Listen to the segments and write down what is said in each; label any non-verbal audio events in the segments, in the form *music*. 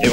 If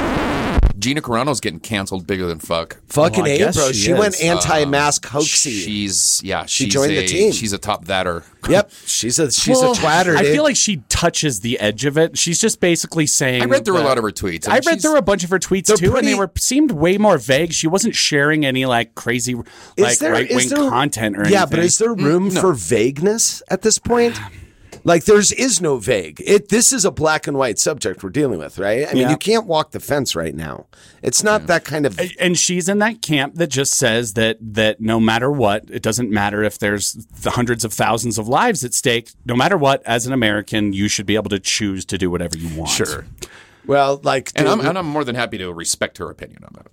Gina Carano's getting canceled bigger than fuck. Um, Fucking Well, Oh, I A, guess bro. She, she went is. Um, anti-mask hoaxy. She's yeah. She she's joined the a- team. She's a top thatter. yep, she's a she's Well, a twatter. I dude. feel like she touches the edge of it. She's just basically saying. *laughs* I read through a that- lot of her tweets. I read through a bunch of her tweets too, They're and they pretty- were seemed way more vague. She wasn't sharing any like crazy like there- right wing is there- content or anything. Mm, yeah, but is there room for vagueness at *sighs* this point? Like there's is no vague. It this is a black and white subject we're dealing with, right? I mean, Yeah. you can't walk the fence right now. It's not that kind of and she's in that camp that just says that that no matter what, it doesn't matter if there's the hundreds of thousands of lives at stake. No matter what, as an American, you should be able to choose to do whatever you want. Sure. well, like And dude, I'm and I'm more than happy to respect her opinion on that.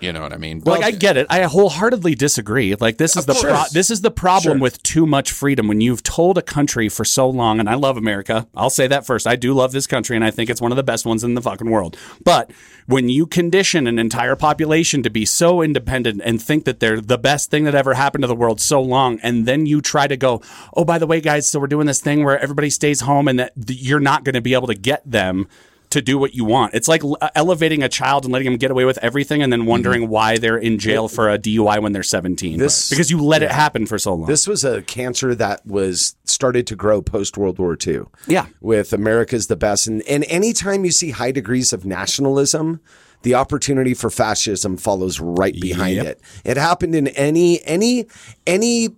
You know what I mean? like I get it. I wholeheartedly disagree. Like this is Of the pro- course. this is the problem Sure. with too much freedom when you've told a country for so long and I love America. I'll say that first. I do love this country and I think it's one of the best ones in the fucking world. But when you condition an entire population to be so independent and think that they're the best thing that ever happened to the world so long and then you try to go, "Oh, by the way guys, so we're doing this thing where everybody stays home and that th- you're not going to be able to get them to do what you want. It's like l- elevating a child and letting them get away with everything Mm-hmm. and then wondering why they're in jail for a DUI when they're 17 This- because you let it happen for so long. This was a cancer that was started to grow post World War II. Yeah. With America's the best. And, and anytime you see high degrees of nationalism, the opportunity for fascism follows right behind Yep. it. It happened in any, any, any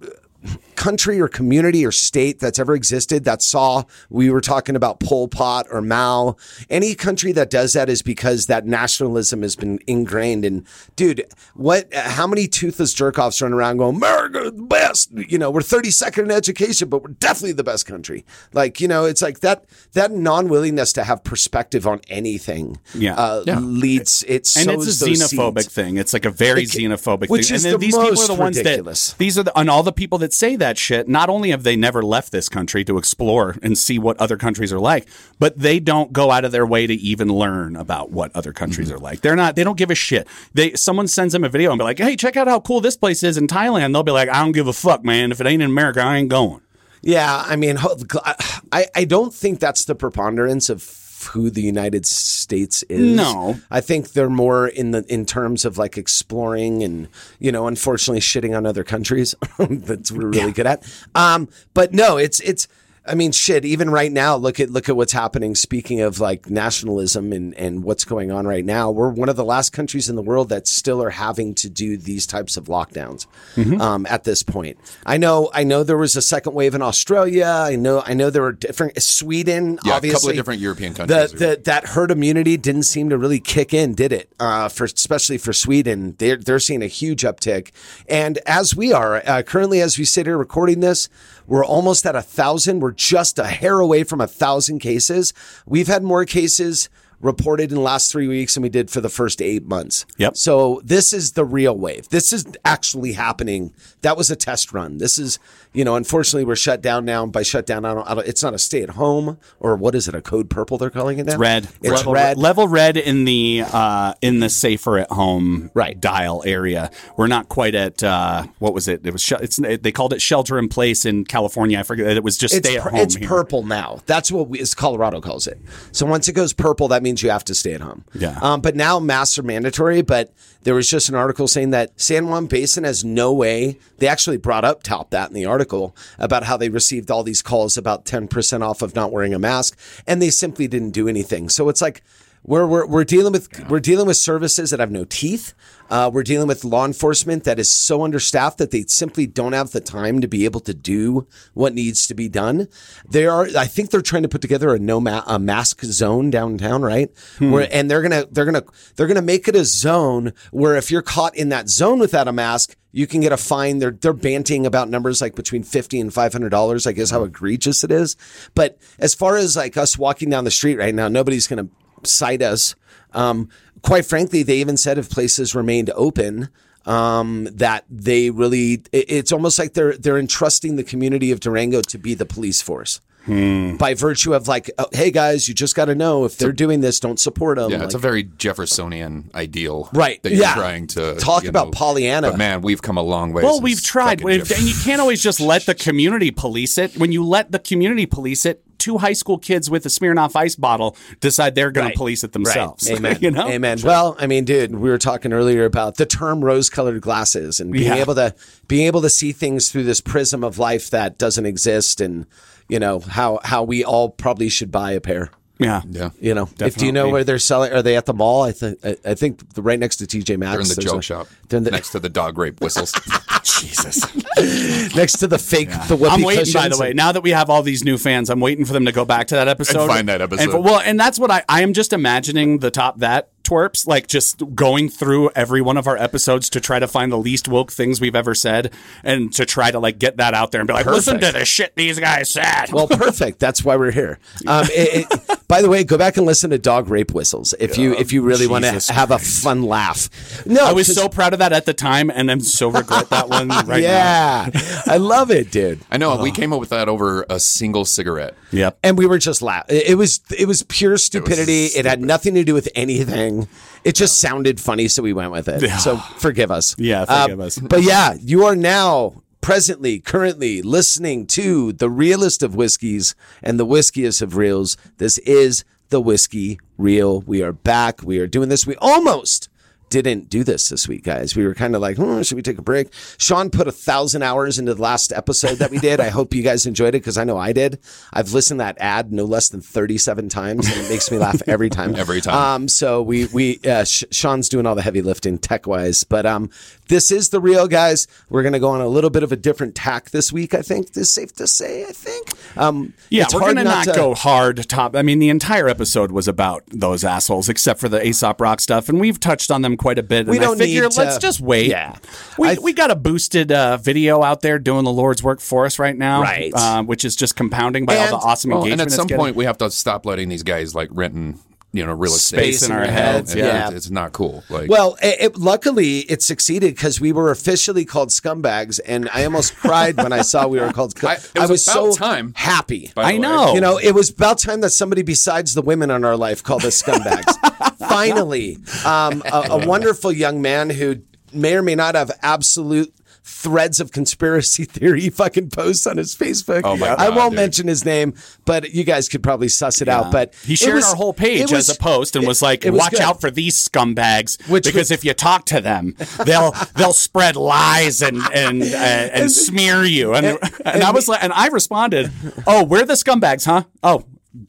country or community or state that's ever existed that saw we were talking about Pol Pot or Mao. Any country that does that is because that nationalism has been ingrained. And dude, what? How many toothless jerkoffs run around going America the best? You know, we're 32nd in education, but we're definitely the best country. Like you know, it's like that that non willingness to have perspective on anything. Yeah. uh, Yeah. leads it's and it's a xenophobic thing. It's like a very It ca- xenophobic which thing. is and then the these people most are the ones ridiculous. that these are the, and all the people that say that shit. Not only have they never left this country to explore and see what other countries are like, but they don't go out of their way to even learn about what other countries Mm-hmm. are like. They're not. They don't give a shit. They someone sends them a video and be like, "Hey, check out how cool this place is in Thailand." They'll be like, "I don't give a fuck, man. If it ain't in America, I ain't going." Yeah, I mean, ho- I I don't think that's the preponderance of who the United States is. No. I think they're more in the in terms of like exploring and you know, unfortunately, shitting on other countries. *laughs* that's what we're really good at. Um, but no, it's it's. I mean, shit. Even right now, look at look at what's happening. Speaking of like nationalism and and what's going on right now, we're one of the last countries in the world that still are having to do these types of lockdowns Mm-hmm. um, at this point. I know, I know there was a second wave in Australia. I know, I know there were different Sweden. Yeah, a couple obviously, of different European The- countries. the- that herd immunity didn't seem to really kick in, did it? Uh, for especially for Sweden, they're they're seeing a huge uptick. And as we are uh, currently, as we sit here recording this, we're almost at a thousand. We're just a hair away from a thousand cases. We've had more cases reported in the last three weeks than we did for the first eight months. Yep. So this is the real wave. This is actually happening. That was a test run. This is, you know, unfortunately we're shut down now. And by shut down, I don't, I don't, it's not a stay at home or what is it? A code purple? They're calling it now. Red. It's level, red. Level red in the uh, in the safer at home Right. dial area. We're not quite at uh, what was it? It was sh- it's they called it shelter in place in California. I forget. It was just it's stay at pur- home. it's here. purple now. That's what we, as Colorado calls it. So once it goes purple, that means you have to stay at home. Yeah. Um, but now masks are mandatory. But there was just an article saying that San Juan Basin has no way. They actually brought up top that in the article about how they received all these calls about ten percent off of not wearing a mask, and they simply didn't do anything. So it's like. We're, we're, we're dealing with we're dealing with services that have no teeth. Uh, we're dealing with law enforcement that is so understaffed that they simply don't have the time to be able to do what needs to be done. They are I think they're trying to put together a no ma- a mask zone downtown, right? Where and they're gonna they're gonna they're gonna make it a zone where if you're caught in that zone without a mask, you can get a fine. They're they're banting about numbers like between fifty and five hundred dollars. I guess how egregious it is. But as far as like us walking down the street right now, nobody's going to cite us. Um, quite frankly, they even said if places remained open, um, that they really it- it's almost like they're they're entrusting the community of Durango to be the police force. By virtue of like, oh, hey guys, you just got to know if they're doing this, don't support them. Yeah, it's a very Jeffersonian ideal, Right, That you're yeah. trying to Talk you about know, Pollyanna. But man, we've come a long way. Well, since we've tried, fucking We've- and you can't always just let the community police it. When you let the community police it, two high school kids with a Smirnoff ice bottle decide they're going to police it themselves. *laughs* Amen. you know? Amen. Well, I mean, dude, we were talking earlier about the term rose-colored glasses and being Yeah. able to being able to see things through this prism of life that doesn't exist, and you know how how we all probably should buy a pair. Yeah. Yeah, You know, if do you know Definitely. where they're selling? Are they at the mall? I think I, I think right next to TJ Maxx. they're in the there's joke a- shop They're in the, *laughs* next to the dog rape whistles. Jesus, next to the fake. The whoopee I'm waiting, by cushions the way. and- Now that we have all these new fans, I'm waiting for them to go back to that episode And find that episode. And, well, and that's what I I am just imagining the top that twerps like just going through every one of our episodes to try to find the least woke things we've ever said and to try to like get that out there and be like, listen to Perfect. the shit these guys said. Well, perfect. That's why we're here. Um, it, it- by the way, go back and listen to dog rape whistles if you if you really want Jesus to have a fun laugh. No, I was 'cause- so proud of that at the time, and I'm so regret that *laughs* one right now. yeah, I love it, dude. I know. Uh-huh. We came up with that over a single cigarette. Yep. And we were just laughing. It it was it was pure stupidity. It, had nothing to do with anything. It just sounded funny, so we went with it. So forgive us. Um, Yeah, forgive us. But yeah, you are now presently, currently listening to the realest of whiskeys and the whiskiest of reels. This is the whiskey reel. We are back. We are doing this. We almost didn't do this this week, guys. We were kind of like, hmm, should we take a break? Sean put a thousand hours into the last episode that we did. I hope you guys enjoyed it because I know I did. I've listened to that ad no less than 37 times and it makes me laugh every *laughs* time. Every time. Um, so we, we, uh, Sh- Sean's doing all the heavy lifting tech wise, but, um, this is the real guys. We're going to go on a little bit of a different tack this week. I think it's safe to say, I think, um, Yeah, it's we're hard gonna not, to- go hard top. I mean, the entire episode was about those assholes, except for the Aesop Rock stuff, and we've touched on them quite a bit. We and don't I figure need to- let's just wait. Yeah. we, I- we got a boosted uh, video out there doing the Lord's work for us right now, Right. Uh, which is just compounding by all And- the awesome Well, and engagement. at it's some getting. point, we have to stop letting these guys like renting, you know, real estate Space in our You know, heads, and yeah. it's- it's not cool. Like, Well, it, it, luckily it succeeded because we were officially called scumbags, and I almost cried when I saw we were called. scum- I- it I was was so about time. happy. by the I way. know. You know, it was about time that somebody besides the women in our life called us *laughs* scumbags. Finally, um, a, a wonderful young man who may or may not have absolute threads of conspiracy *laughs* theory fucking posts on his Facebook. Oh my I God, won't dude. mention his name, but you guys could probably suss it out. But He it shared was- our whole it page was- as a post and was like, it was "Watch good. out for these scumbags, Which because was- if you talk to them, *laughs* they'll they'll spread lies and and uh, and, smear you." And and, I was like, and I responded, "Oh, we're the scumbags, huh? Oh,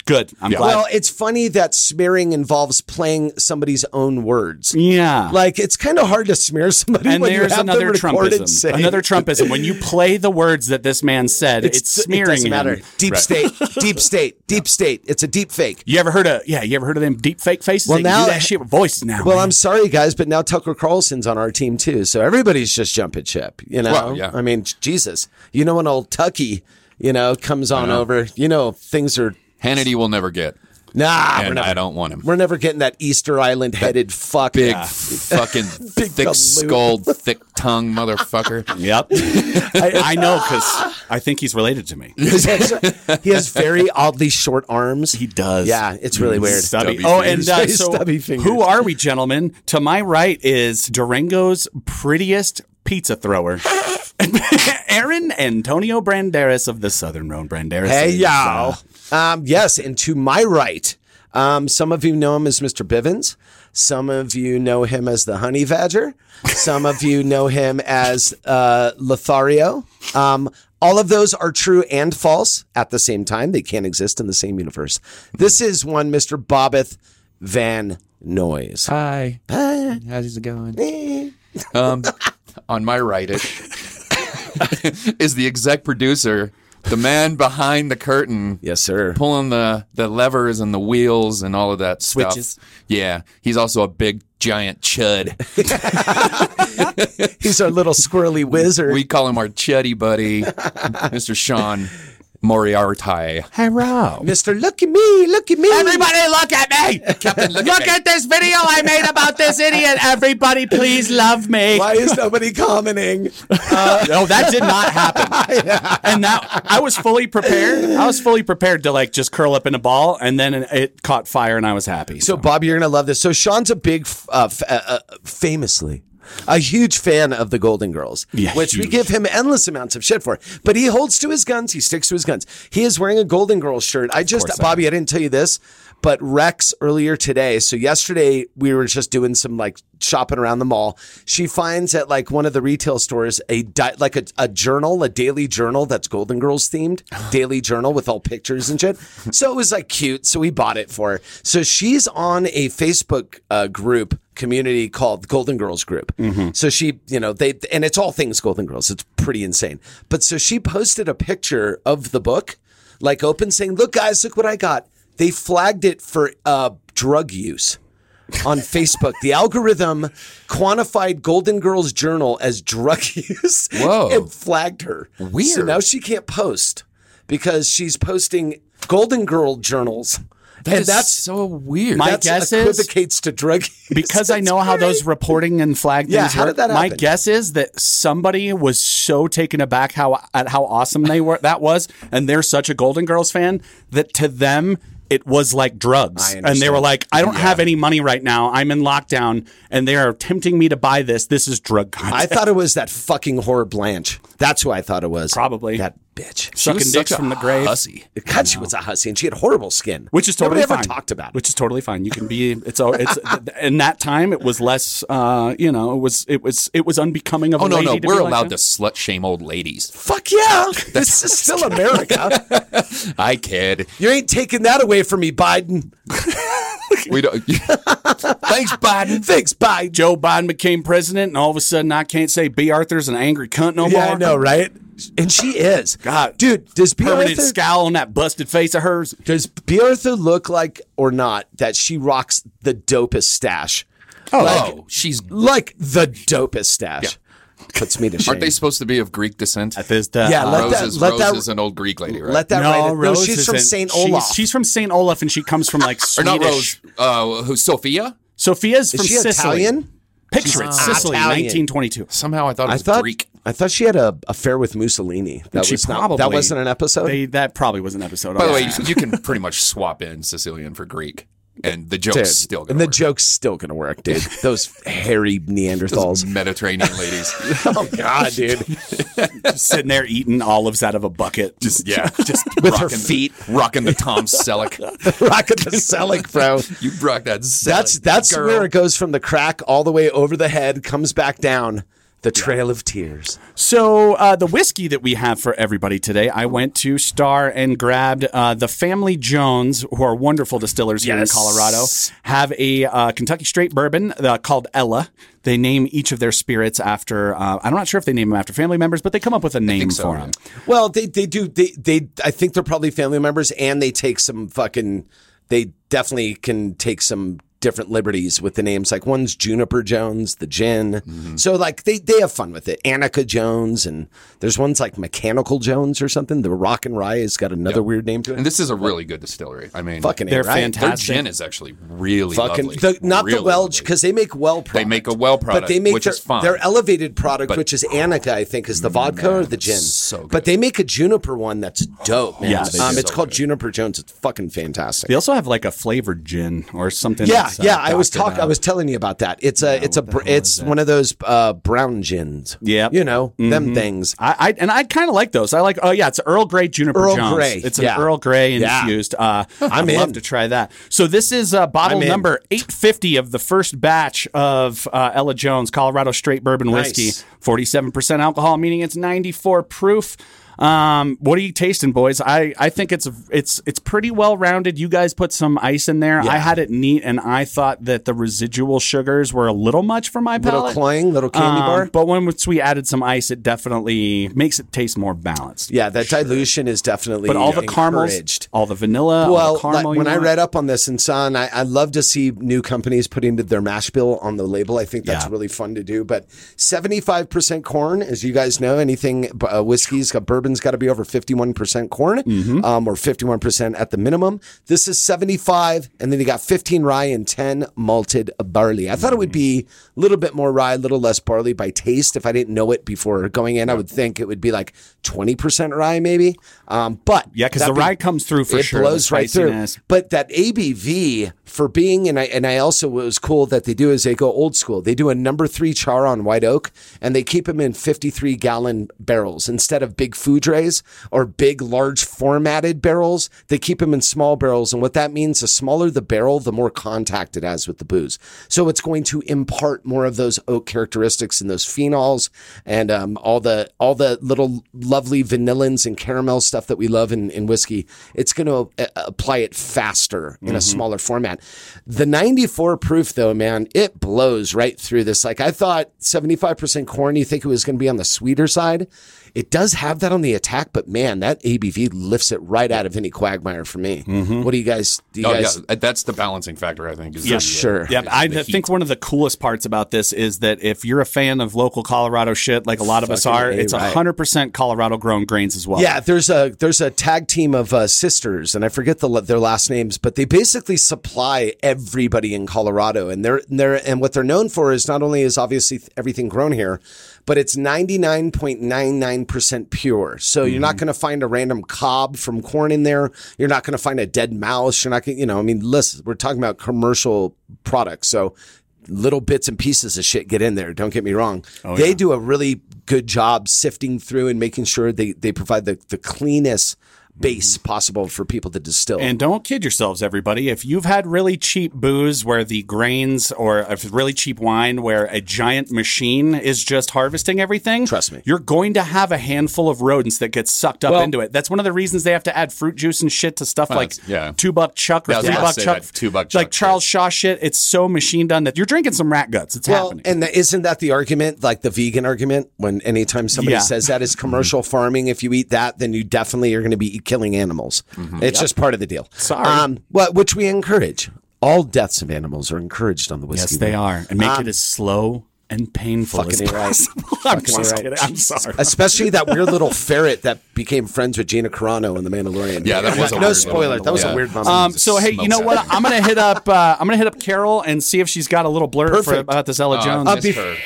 good. I'm glad. Well, it's funny that smearing involves playing somebody's own words. yeah." Like it's kind of hard to smear somebody and when you there's have another them recorded Trumpism. saying Another Trumpism. When you play the words that this man said, it's, smearing It doesn't him. matter. Deep state, deep state, deep state. It's a deep fake. You ever heard of yeah? You ever heard of them deep fake faces? Well, They can now- do that shit with voice now. Well, man. I'm sorry, guys, but now Tucker Carlson's on our team too, so everybody's just jumping ship. You know, Well, yeah. I mean, Jesus, you know when old Tucky, you know, comes on over, you know things are Hannity will never get. nah. And we're never, I don't want him. *laughs* We're never getting that Easter Island headed fuck. Big Yeah. *laughs* fucking thick galoot. skulled, thick tongue motherfucker. *laughs* *laughs* Yep. I, I know because I think he's related to me. *laughs* he has very oddly short arms. He does. Yeah, it's really weird. Stubby. Stubby Oh, and fingers. uh, Very so stubby fingers. who are we, gentlemen? To my right is Durango's prettiest pizza thrower. *laughs* Aaron Antonio Branderas of the Southern Rhone Branderas. Hey, is, y'all. uh, Um, yes, and to my right, um, some of you know him as Mr. Bivens. Some of you know him as the Honey Badger. Some of you know him as uh, Lothario. Um, all of those are true and false at the same time. They can't exist in the same universe. This is one Mr. Bobbeth Van Noise. Hi. Ah, How's it going? eh. Um, on my right ish *laughs* is the exec producer, the man behind the curtain. yes, sir. Pulling the, the levers and the wheels and all of that stuff. Switches. Yeah. He's also a big giant chud. He's our little squirrely wizard. We call him our chuddy buddy, *laughs* Mr. Sean Moriarty. Hey, Rob. Mr. Look at me, look at me. Everybody, look at me! Captain, look at me. this video I made about this idiot. Everybody, please love me. Uh, Why is nobody commenting? no, that did not *laughs* happen. And that I was fully prepared. I was fully prepared to like just curl up in a ball, and then it caught fire, and I was happy. So, Bob, you're going to love this. So, Sean's a big, f- uh, f- uh, uh, famously, a huge fan of the Golden Girls, Yeah, which we huge. give him endless amounts of shit for. But he holds to his guns. He sticks to his guns. He is wearing a Golden Girls shirt. I just, Bobby, I didn't tell you this, but Rex earlier today. So, yesterday we were just doing some like shopping around the mall. She finds at like one of the retail stores a di- like a, a journal, a daily journal that's Golden Girls *gasps* themed, daily journal with all pictures and shit. So it was like cute. So we bought it for her. So she's on a Facebook uh, group community called Golden Girls Group. Mm-hmm. So she, you know, they and it's all things Golden Girls. It's pretty insane. But so she posted a picture of the book, like open, saying, "Look, guys, look what I got." They flagged it for uh, drug use on Facebook. the algorithm quantified Golden Girls Journal as drug *laughs* use Whoa. and flagged her. So Weird. now she can't post because she's posting Golden Girl journals. and It's that's so weird. My that's guess is- equivocates to drug *laughs* use. because I That's know how great. those reporting and flag things Yeah, how work, did that my happen? guess is that somebody was so taken aback how at how awesome they were that was, and they're such a Golden Girls fan that to them it was like drugs, I and they were like, "I don't have any money right now. I'm in lockdown, and they are tempting me to buy this. This is drug content." I thought it was that fucking whore Blanche. That's who I thought it was. Probably. that bitch. She was sucking dicks such a from the grave. Hussy. *laughs* God, she was a hussy, and she had horrible skin, Which is totally Nobody fine. ever talked about. it. Which is totally fine. You can be. It's all. It's in that time. It was less. Uh, you know. It was. It was. It was unbecoming of. Oh, a no, lady no. to be We're like allowed to that. slut shame old *laughs* ladies. *laughs* Fuck yeah, this is still America. I kid. you ain't taking that away from *laughs* me, Biden. We don't. Thanks, Biden. *laughs* Thanks, Biden. Joe Biden became president, and all of a sudden I can't say B. Arthur's an angry cunt no Yeah, more. I know, right? And she is. God. dude, does B. Permanent Arthur, scowl on that busted face of hers. does B. Arthur look like or not that she rocks the dopest stash? Oh, she's. Like the dopest stash. Puts me to shame. Aren't they supposed to be of Greek descent? Yeah, uh, let that- Roses, let that- Roses, an old Greek lady, right? Let that no, right. Rose no, she's from isn't- St. Olaf. She's, she's from St. Olaf, and she comes from *laughs* like or Swedish. not Rose? Uh, who? Sophia? Sophia's from is she Sicily. Italian? Picture it, Sicily, Italian. 1922. Somehow I thought it I was thought Greek. I thought she had a affair with Mussolini. That She was not, probably that wasn't an episode. They, that probably was an episode. By the way, Yeah. you can pretty *laughs* much swap in Sicilian for Greek, and the joke's Dude, still going and the joke's still gonna *laughs* work, dude. Those hairy Neanderthals. Mediterranean ladies. *laughs* oh God, dude. *laughs* just sitting there eating olives out of a bucket. *laughs* Just yeah, just With her rocking the- feet. rocking the *laughs* Tom Selleck. Rocket the Selick, bro. You rock that. Selleck That's that's girl. where it goes from the crack all the way over the head, comes back down the trail of tears. So uh, the whiskey that we have for everybody today, I went to Star and grabbed uh, the Family Jones, who are wonderful distillers here in Yes. Colorado. Have a uh, Kentucky straight bourbon uh, called Ella. They name each of their spirits after. Uh, I'm not sure if they name them after family members, but they come up with a name so, for yeah. them. Well, they they do they they I think they're probably family members, and they take some fucking they definitely can take some different liberties with the names. Like one's Juniper Jones, the gin. So like they they have fun with it. Annika Jones, and there's ones like Mechanical Jones or something. The Rock and Rye has got another weird name to it. And this is a really good distillery. I mean, fucking They're A, right? fantastic. their gin is actually really fucking lovely. the, not Really the Welch lovely. because they make well product. make a well but they product, make which their, is fine. their elevated product, But- Mm, which is Anika, I think, is the vodka or the gin. so good. But they make a juniper one that's dope. Man. Yeah, they um, do. it's So called good. Juniper Jones. It's fucking fantastic. They also have like a flavored gin or something. yeah, that's, uh, yeah. I was doctored talking. I out. was telling you about that. It's a, it's a, br- it's one of those uh, brown gins. Yep. you know them things. Mm-hmm. I, I and I kind of like those. I like. Oh yeah, it's Earl Grey Juniper Earl Jones. Grey, It's an yeah. Earl Grey Yeah. infused. Uh, *laughs* I'm I'd love in. to try that. So this is uh, bottle I'm in. number eight fifty of the first batch of uh, Ella Jones Colorado Straight Bourbon Nice. Whiskey. Forty seven percent alcohol, meaning it's ninety four proof. Um, what are you tasting, boys? I, I think it's it's it's pretty well rounded. You guys put some ice in there. I had it neat, and I thought that the residual sugars were a little much for my palate. Little cloying, little candy Um, bar. But once we added some ice, it definitely makes it taste more balanced. Yeah, that dilution is definitely But all the caramels, encouraged. all the vanilla, all Well, the caramel. like, you when I want. read up on this and saw, and I, I love to see new companies putting their mash bill on the label. I think that's Yeah. really fun to do. But 75% corn, as you guys know, anything b- uh, whiskey's got bourbon's got to be over 51% corn Mm-hmm. um, or 51% at the minimum. This is 75, and then you got 15 rye and 10 malted barley. I thought it would Mm. be a little bit more rye, a little less barley by taste. If I didn't know it before going in, I would think it would be like 20% rye, maybe. Um, but yeah, because that the being- rye comes through for it sure. the blows right through. spiciness. But that ABV for being and I and I also what was cool that they do is they go old school. They do a number three char on white oak and they keep them in fifty three gallon barrels instead of big food trays or big large formatted barrels. They keep them in small barrels, and what that means, the smaller the barrel, the more contact it has with the booze. So it's going to impart more of those oak characteristics and those phenols and um, all the all the little lovely vanillins and caramel stuff that we love in, in whiskey. It's going to uh, apply it faster in a Mm-hmm. smaller format. The 94 proof though, man, it blows right through this. Like I thought 75% corn, you think it was going to be on the sweeter side. It does have that on the attack, but man, that ABV lifts it right out of any quagmire for me. What do you guys? Do you Mm-hmm. Oh, guys? yeah, that's the balancing factor, I think. Is Yeah, the, uh, sure. Yeah, I the think heat. one of the coolest parts about this is that if you're a fan of local Colorado shit, like a lot of us Fucking are, A, it's right. hundred percent Colorado grown grains as well. Yeah, there's a there's a tag team of uh, sisters, and I forget the, their last names, but they basically supply everybody in Colorado, and they're they're and what they're known for is not only is obviously everything grown here, but it's ninety nine point nine nine percent pure. So you're Mm-hmm. not going to find a random cob from corn in there. You're not going to find a dead mouse. You're not going, you know, I mean, listen, we're talking about commercial products, so little bits and pieces of shit get in there. Don't get me wrong. Oh, they do a really good job sifting through and making sure they, they provide the, the cleanest base possible for people to distill. Mm-hmm. And don't kid yourselves, everybody. If you've had really cheap booze where the grains or a really cheap wine where a giant machine is just harvesting everything, Trust me. you're going to have a handful of rodents that get sucked up into it. That's one of the reasons they have to add fruit juice and shit to stuff like yeah. two buck chuck or Yeah, I was three about to buck say chuck, that two buck like chuck Charles Shaw shit. It's so machine done that you're drinking some rat guts. It's well, happening. and the, isn't that the argument, like the vegan argument? When anytime somebody Yeah. Mm-hmm. says *laughs* that is commercial farming, if you eat that, then you definitely are going to be e, killing animals. It's just part of the deal. Mm-hmm. Um, Sorry. well, which we encourage. All deaths of animals are encouraged on the whiskey. Yes, they Wheel. Um, are, and make Um, it as slow and painful as Fucking right. possible. *laughs* I'm Fucking just right. kidding. I'm sorry. Especially that weird little *laughs* ferret that became friends with Gina Carano in The Mandalorian. Yeah, that was a no weird spoiler. moment. That was Yeah. a weird moment. Um, so hey, you know smokes what? out. I'm gonna hit *laughs* up. Uh, I'm gonna hit up Carol and see if she's got a little blurb for, Perfect. about this Ella Oh, Jones. I missed Uh, be- her.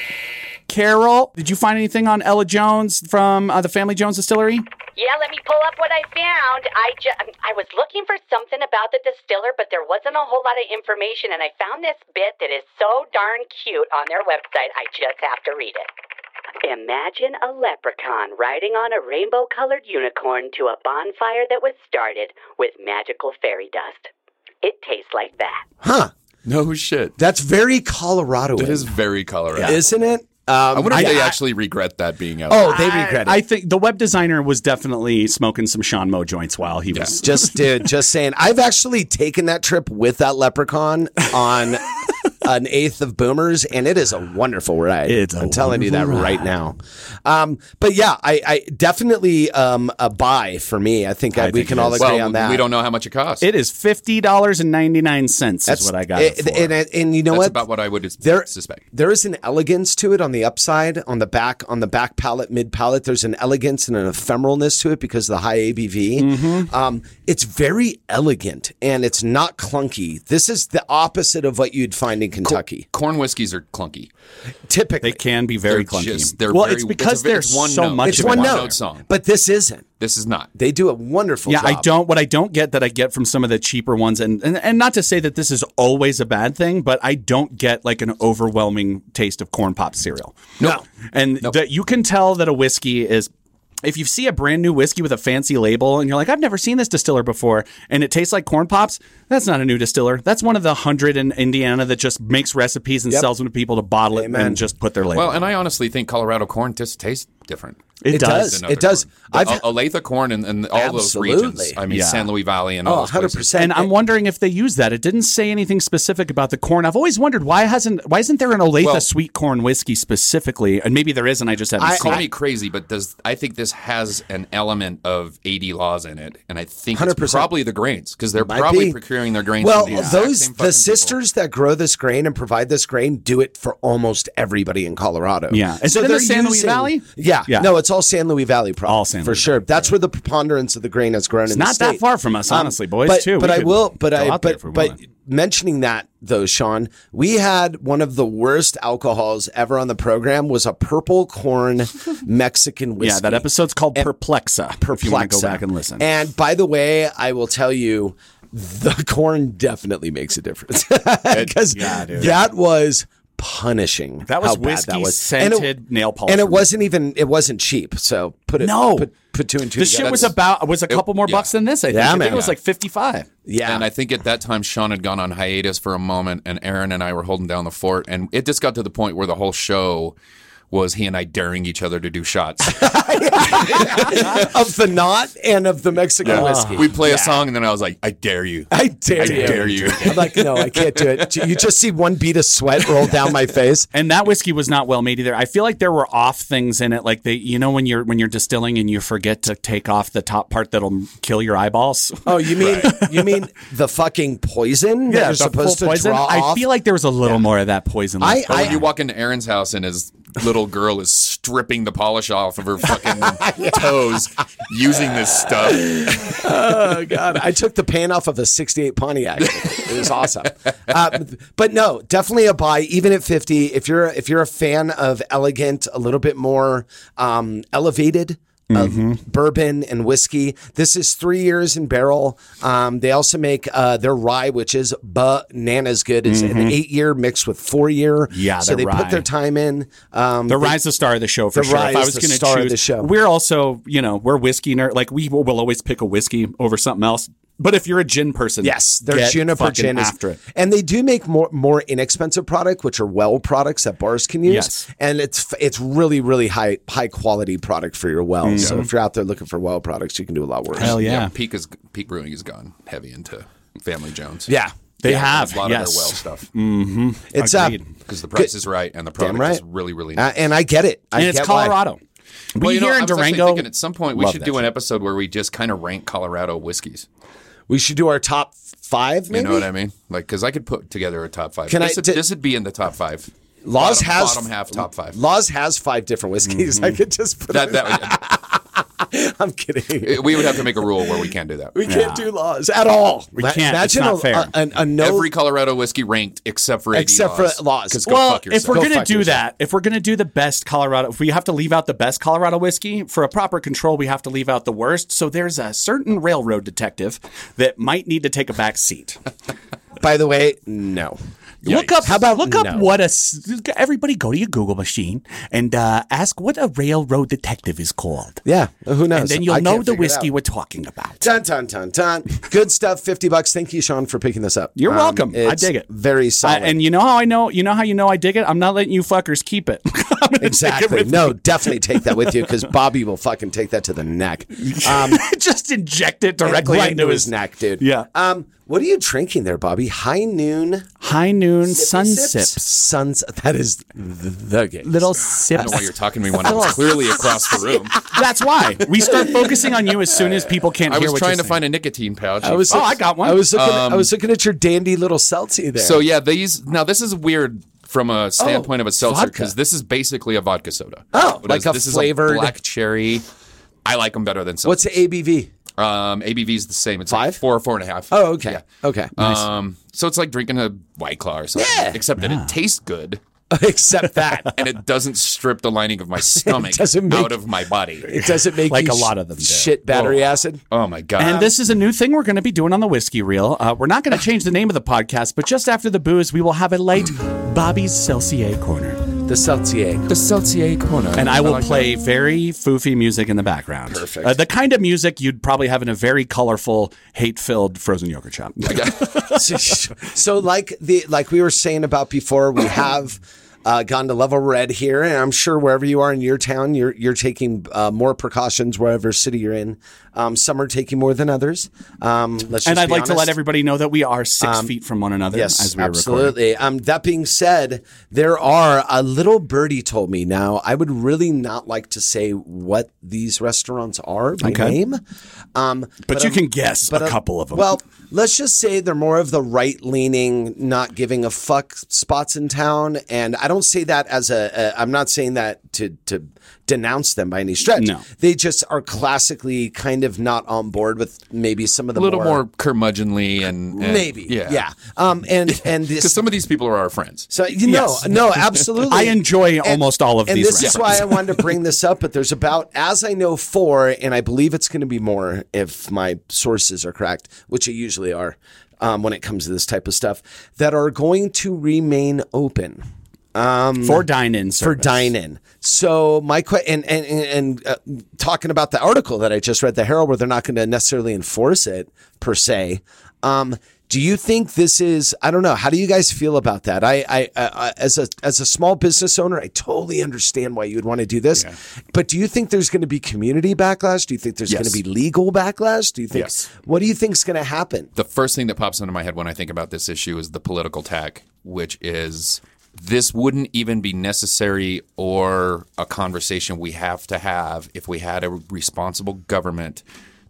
Carol, did you find anything on Ella Jones from uh, the Family Jones Distillery? Yeah, let me pull up what I found. I, ju- I was looking for something about the distiller, but there wasn't a whole lot of information, and I found this bit that is so darn cute on their website. I just have to read it. Imagine a leprechaun riding on a rainbow colored unicorn to a bonfire that was started with magical fairy dust. It tastes like that. huh? No shit. That's very Colorado. It is very Colorado. isn't it? Um, I wonder if I- they actually regret that being out. oh, they regret it. I think the web designer was definitely smoking some Sean Mo joints while he was. just dude, just saying. I've actually taken that trip with that leprechaun on an eighth of boomers, and it is a wonderful ride. It's a I'm telling you that right now. Um, but yeah, I, I definitely um, a buy for me. I think I, we think can it all is. agree well, on that. we don't know how much it costs. It is fifty dollars and ninety nine cents. Is what I got. It, for. and, and, and you know That's what? about what I would s- there, suspect. There is an elegance to it on the upside, on the back, on the back palate, mid palate. There's an elegance and an ephemeralness to it because of the high ABV. Mm-hmm. Um, it's very elegant and it's not clunky. This is the opposite of what you'd find in Kentucky. Corn whiskeys are clunky. Typically, they can be very They're clunky. just- they're well, very- it's it's because a- it's there's one so note. much. it's of it one out one-note there. note song. but this isn't. This is not. They do a wonderful Yeah, job. I don't. What I don't get that I get from some of the cheaper ones, and, and and not to say that this is always a bad thing, but I don't get like an overwhelming taste of corn pop cereal. No. and that you can tell that a whiskey is. If you see a brand new whiskey with a fancy label and you're like, I've never seen this distiller before, and it tastes like corn pops, that's not a new distiller. That's one of the hundred in Indiana that just makes recipes and sells them to people to bottle it and just put their label. Well, and I honestly think Colorado corn just tastes different. It It does. does. It does. I've, I've Olathe corn and, and all those regions. Absolutely. I mean, Yeah. San Luis Valley and all oh, those places. 100%. And I'm wondering if they use that. It didn't say anything specific about the corn. I've always wondered why hasn't why isn't there an Olathe Well- sweet corn whiskey specifically? And maybe there is, and I just haven't I- seen Call it. me crazy, but does I think this has an element of 80 laws in it, and I think it's 100%. probably the grains because they're Might probably be. procuring their grains. Well, from the exact those same the fucking sisters that grow this grain and provide this grain do it for almost everybody in Colorado. Yeah. Is it in the they're San Luis Valley? Yeah. Yeah. No, it's all San Luis Valley problem. All San for Luis sure. That's where the preponderance of the grain has grown. in the not that state. Um, far from us, honestly, boys, But, too. but We I could will. But go I. out there if But we but wanted. mentioning that though, Sean, we had one of the worst alcohols ever on the program. Was a *laughs* purple corn Mexican whiskey. Yeah, that episode's called Perplexa. If you want to go Perplexa. back and listen. And by the way, I will tell you, the *laughs* corn definitely makes a difference *laughs* because that was punishing. That was how bad that was. And it- whiskey-scented nail polish and it remover. wasn't even it wasn't cheap. So put it No. put, put two and two. the shit together. was about was a couple more yeah. bucks than this. I think. Yeah, I think man. it was like 55. yeah. *laughs* And I think at that time Sean had gone on hiatus for a moment, and Aaron and I were holding down the fort, and it just got to the point where the whole show was he and I daring each other to do shots. of the knot and of the Mexican *laughs* Uh-huh. whiskey. we play a song, and then I was like, "I dare you." I dare I you. dare you. I'm like, no, I can't do it. You just see one bead of sweat roll down my face. And that whiskey was not well made either. I feel like there were off things in it, like they, you know, when you're when you're distilling and you forget to take off the top part that'll kill your eyeballs. *laughs* Oh, you mean you mean the fucking poison that you're The full supposed to poison. draw I off? feel like there was a little more of that poison. I- left But over. when you walk into Aaron's house and his little girl is stripping the polish off of her *laughs* fucking toes using this stuff. *laughs* oh god, I took the paint off of a '68 Pontiac. It was awesome. Uh, but no, definitely a buy, even at 50. If you're if you're a fan of elegant, a little bit more um, elevated. Of Mm-hmm. bourbon and whiskey. This is three years in barrel. Um, they also make uh, their rye, which is bananas good. It's an eight year mixed with four year. Mm-hmm. Yeah, so the they rye. put their time in. Um, The Rise the Star of the show for The sure. Rye If I is was the going to star of choose, the show. we're also you know we're whiskey nerd. Like we will will always pick a whiskey over something else. But if you're a gin person, Yes, their get juniper fucking gin is after *laughs* it. and they do make more more inexpensive product, which are well products that bars can use. Yes. and it's it's really really high high quality product for your well. So if you're out there looking for well products, you can do a lot worse. Mm-hmm. Hell yeah. Peak is Peak Brewing has gone heavy into Family Jones. yeah, They Yeah, have a lot yes. of their well stuff it's uh, Agreed. because the price is right and the damn product right. is really really Uh, nice. and I get it. I and it's get why. Colorado. We Well, you know, here I in was actually Durango. thinking at some point we Love should that do an episode where we just kind of rank Colorado whiskeys. We should do our top five. Maybe You know what I mean? Like, because I could put together a top five. Can I- this, would, di- this would be in the top five. Laws bottom, has- bottom half top five. Laws has five different whiskeys. Mm-hmm. *laughs* I could just put. that, that *laughs* I'm kidding. would- we would have to make a rule where we can't do that. we can't do laws at all. We can't. It's Imagine not a, fair. A, a, a no Every Colorado whiskey ranked except for AD except laws. for laws. 'Cause go well, fuck if yourself. we're Go gonna fuck do yourself. that, if we're gonna do the best Colorado, if we have to leave out the best Colorado whiskey for a proper control, we have to leave out the worst. So there's a certain railroad detective that might need to take a back seat. By the way, no. Look up. How about look up no? what a s- everybody go to your Google machine and uh, ask what a railroad detective is called, Yeah, who knows? and then you'll I know can't the figure it whiskey out. we're talking about. Dun, dun, dun, dun. Good stuff. Fifty bucks. Thank you, Sean, for picking this up. Um, You're welcome. I it's dig it. Very solid. I- Uh, and you know how I know? You know how you know I dig it? I'm not letting you fuckers keep it. *laughs* I'm gonna Take it exactly. with No, definitely take that with you *laughs* because Bobby will fucking take that to the neck. Um, me. *laughs* Just inject it directly right into his neck, dude. Yeah. Um, what are you drinking there, Bobby? High noon High noon sun sips? sips. Suns. That is th- the game. Little I don't know why you're sips. talking to me when I'm clearly across *laughs* the room. That's why we start focusing on you as soon as people can't I hear was what trying you're to find a nicotine pouch. I was. Oh, I got one. I was looking. I was looking at your dandy little seltzy there. Um, So yeah, these now this is weird from a standpoint of a seltzer Oh, vodka. because this is basically a vodka soda. Oh, But like it's- a this is flavored- a black cherry. I like them better than seltzer. what's the ABV? um ABV is the same. It's Five? like four, four and a half. Oh, okay. Okay. Um, so it's like drinking a white claw or something. Yeah. Except that it tastes good *laughs* Except that. *laughs* and it doesn't strip the lining of *laughs* my stomach doesn't make- out of my body. *laughs* It doesn't make Like you a sh- lot of them do. Shit, battery acid. Oh my god. And this is a new thing we're going to be doing on the whiskey reel. Uh, we're not going to change the name of the podcast, but just after the booze, we will have a light *clears throat* Bobby's Celsius corner, The seltzier. the Celsius corner. and I will play very foofy music in the background. Perfect. Uh, the kind of music you'd probably have in a very colorful, hate-filled frozen yogurt shop. *laughs* *coughs* so like the like we were saying about before, we have uh, gone to level red here, and I'm sure wherever you are in your town, you're you're taking uh, more precautions wherever city you're in. Um, some are taking more than others. Um, let's just and I'd be like to let honest. everybody know that we are six feet from one another Yes, as we are recording. absolutely. Um, that being said, there are a little birdie told me now. I would really not like to say what these restaurants are by Okay. name, um, But, you can guess but, a uh, couple of them. Well, let's just say they're more of the right leaning, not giving a fuck spots in town. And I don't say that as a, a I'm not saying that to, to denounce them by any stretch. No. They just are classically kind of not on board with maybe some of the a little more curmudgeonly and, eh, and- maybe. yeah, Yeah. Um, and, *laughs* and Because this, some of these people are our friends. so you know, Yes. no, *laughs* absolutely. I enjoy almost all of and these this *laughs* is why I wanted to bring this up. But there's about, as I know, four, and I believe it's going to be more if my sources are correct, which they usually are um, when it comes to this type of stuff, that are going to remain open Mm. for dine in for dine in. So my que- and and and, and uh, talking about the article that I just read, the Herald, where they're not going to necessarily enforce it per se. Um, do you think this is? I don't know. How do you guys feel about that? I, I, I as a as a small business owner, I totally understand why you would want to do this. But do you think there's going to be community backlash? Do you think there's going to be legal backlash? Do you think? Yes. What do you think's going to happen? the first thing that pops into my head when I think about this issue is the political tack, which is this wouldn't even be necessary or a conversation we have to have if we had a responsible government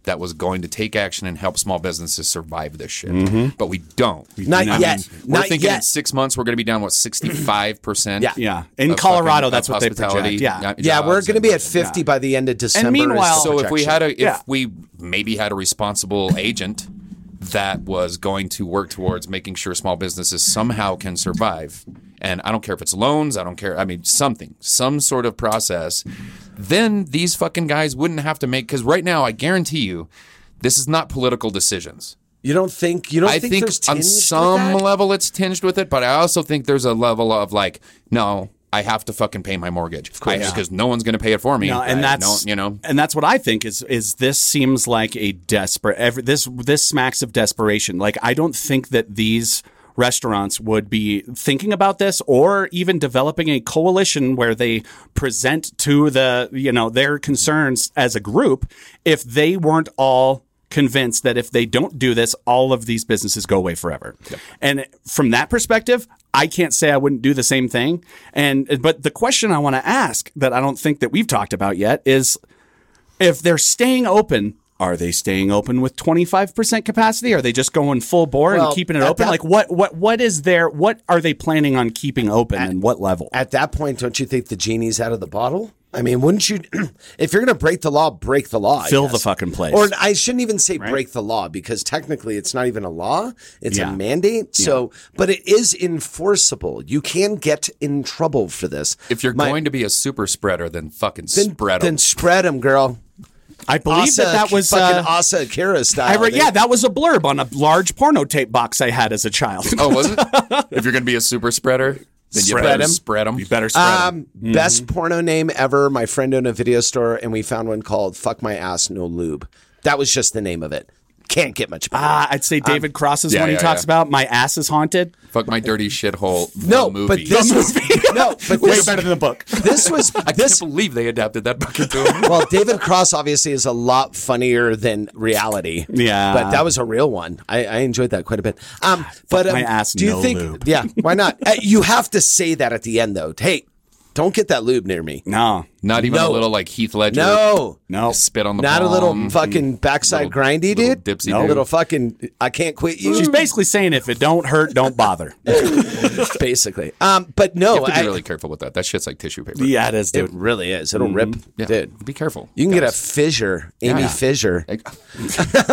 that was going to take action and help small businesses survive this shit. But we don't. Not I mean, yet. we're Mm-hmm. Not thinking in yet. six months we're going to be down what sixty five percent. Yeah. Yeah. In of Colorado, fucking- that's of what they hospitality, project. Yeah. yeah, we're jobs going to and- be at fifty by the end of December. is the meanwhile- so if we projection. had a if Yeah. we maybe had a responsible agent that was going to work towards making sure small businesses somehow can survive and i don't care if it's loans i don't care i mean something some sort of process then these fucking guys wouldn't have to make because right now i guarantee you this is not political decisions you don't think you don't I think, think, there's on tinged with some that? level it's tinged with it, but I also think there's a level of like, no, I have to fucking pay my mortgage because no one's going to pay it for me. No, and I- that's no, you know, Um, and that's what I think is is this seems like a desperate every, this this smacks of desperation. Like I don't think that these restaurants would be thinking about this or even developing a coalition where they present to the you know their concerns as a group if they weren't all convinced that if they don't do this all of these businesses go away forever. And from that perspective, I can't say I wouldn't do the same thing. And but the question I want to ask that I don't think that we've talked about yet is if they're staying open, are they staying open with 25% capacity? Are they just going full bore Well, and keeping it at open? that- like what what what is their what are they planning on keeping open and what level? at that point, don't you think the genie's out of the bottle? I mean, wouldn't you? *clears throat* if you're going to break the law, break the law. I Fill the guess. fucking place. Or I shouldn't even say break the law because technically it's not even a law; it's Yeah. a mandate. So, but it is enforceable. You can get in trouble for this. If you're My- going to be a super spreader, then fucking then, spread 'em. then spread them, girl. I believe that that was fucking uh, Asa Akira I style. read, They- yeah, that was a blurb on a large porno tape box I had as a child. oh, *laughs* was it? if you're going to be a super spreader, then you Spread better 'em. spread them. You better spread 'em. Um, Best Mm-hmm. porno name ever. My friend owned a video store, and we found one called "Fuck My Ass No Lube." That was just the name of it. Can't get much better. Ah, I'd say um, David Cross is yeah, when he yeah, talks yeah. about my ass is haunted. Fuck my dirty shithole. the *laughs* no, movie. but this was *laughs* no, but Way this, better than the book. *laughs* this was I this. can't believe they adapted that book into *laughs* a movie. Well, David Cross obviously is a lot funnier than reality. Yeah. but that was a real one. I, I enjoyed that quite a bit. Um, but um, my ass, do you no think? lube. *laughs* Yeah, why not? Uh, you have to say that at the end, though. Hey, don't get that lube near me. *laughs* No, Not even a No. little like Heath Ledger. No, no. Spit on the not a palm. *laughs* little fucking backside Little- grindy, little dude. dipsy no, dude. little fucking. I can't quit you. She's basically saying if it don't hurt, don't bother. *laughs* basically. Um, but no, *laughs* You have to I- be really careful with that. That shit's like tissue paper. yeah, it is, it dude. really is. It'll rip, Mm-hmm. Yeah. dude. Be careful. You can get a *laughs* guys. fissure, Amy Yeah. Fissure. Like,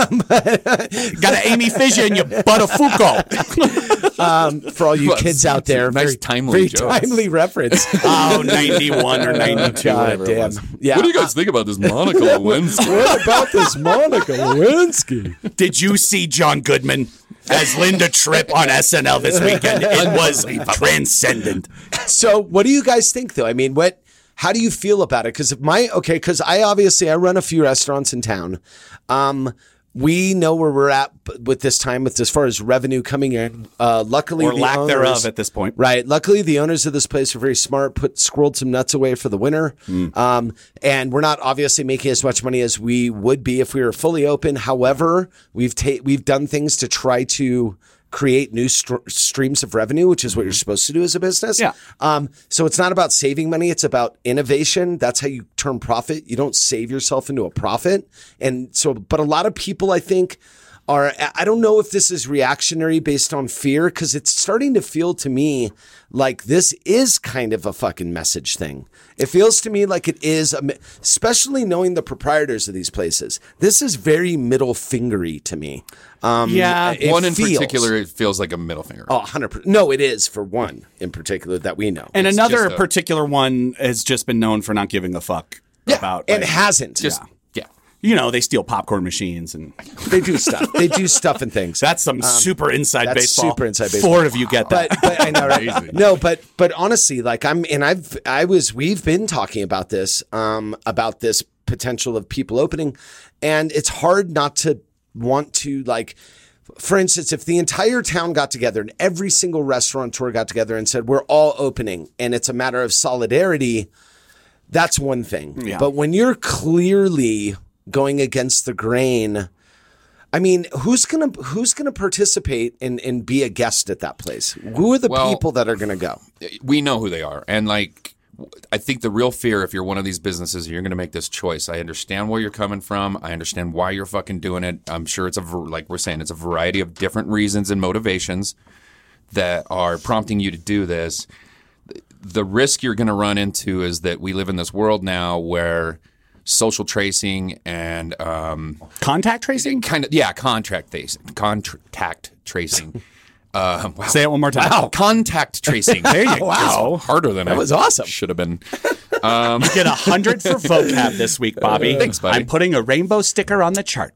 Got an Amy Fisher in your butt of *laughs* Foucault. Um, for all *laughs* you Well, kids out there, nice very, timely very joke. *laughs* timely reference. Um, *laughs* oh, 91 or 92. God whatever it damn. was. Yeah. What do you guys think about *laughs* this Monica Lewinsky? What about *laughs* this Monica Lewinsky? Did you see John Goodman as Linda Tripp on SNL this weekend? It was transcendent. So, what do you guys think, though? I mean, what? How do you feel about it? Because my okay, because I obviously I run a few restaurants in town. Um, we know where we're at b- with this time with as far as revenue coming in. Uh, luckily, Or the lack owners- thereof at this point. Right. Luckily, the owners of this place are very smart. Put squirreled some nuts away for the winter, Mm. um, and we're not obviously making as much money as we would be if we were fully open. However, we've ta- we've done things to try to create new str- streams of revenue, which is what you're supposed to do as a business. Mm-hmm. Yeah. Um, so it's not about saving money; it's about innovation. That's how you turn profit. You don't save yourself into a profit. And so, but a lot of people, I think, are. I- I don't know if this is reactionary based on fear, because it's starting to feel to me like this is kind of a fucking message thing. It feels to me like it is, a, me- especially knowing the proprietors of these places. This is very middle fingery to me. Um, Yeah. it One in feels- particular, it feels like a middle finger. Oh, 100%. No, it is for one in particular that we know. And It's another just a- particular one has just been known for not giving a fuck about. and like, hasn't. Just yeah. you know, they steal popcorn machines, and They do stuff. *laughs* They do stuff and things. that's some Um, super inside that's baseball. super inside baseball. Four of you get that. but, but I know, right? no, but but honestly, like I'm, and I've, I was, we've been talking about this, um, about this potential of people opening, and it's hard not to want to like. For instance, if the entire town got together and every single restaurateur got together and said, "We're all opening," and it's a matter of solidarity, that's one thing. Yeah. But when you're clearly going against the grain, I mean, who's gonna who's gonna participate and and be a guest at that place? Who are the Well- people that are gonna go? we know who they are. And like, I think the real fear, if you're one of these businesses, and you're going to make this choice. I understand where you're coming from. I understand why you're fucking doing it. I'm sure it's a, var- like we're saying, it's a variety of different reasons and motivations that are prompting you to do this. The risk you're going to run into is that we live in this world now where social tracing and, um, Contact tracing. kind of yeah contract tracing contact tracing uh, wow. Say it one more time. wow contact tracing there you Wow. harder than that I was awesome. should have been Get a hundred for vocab this week, Bobby. Thanks, buddy. I'm putting a rainbow sticker on the chart.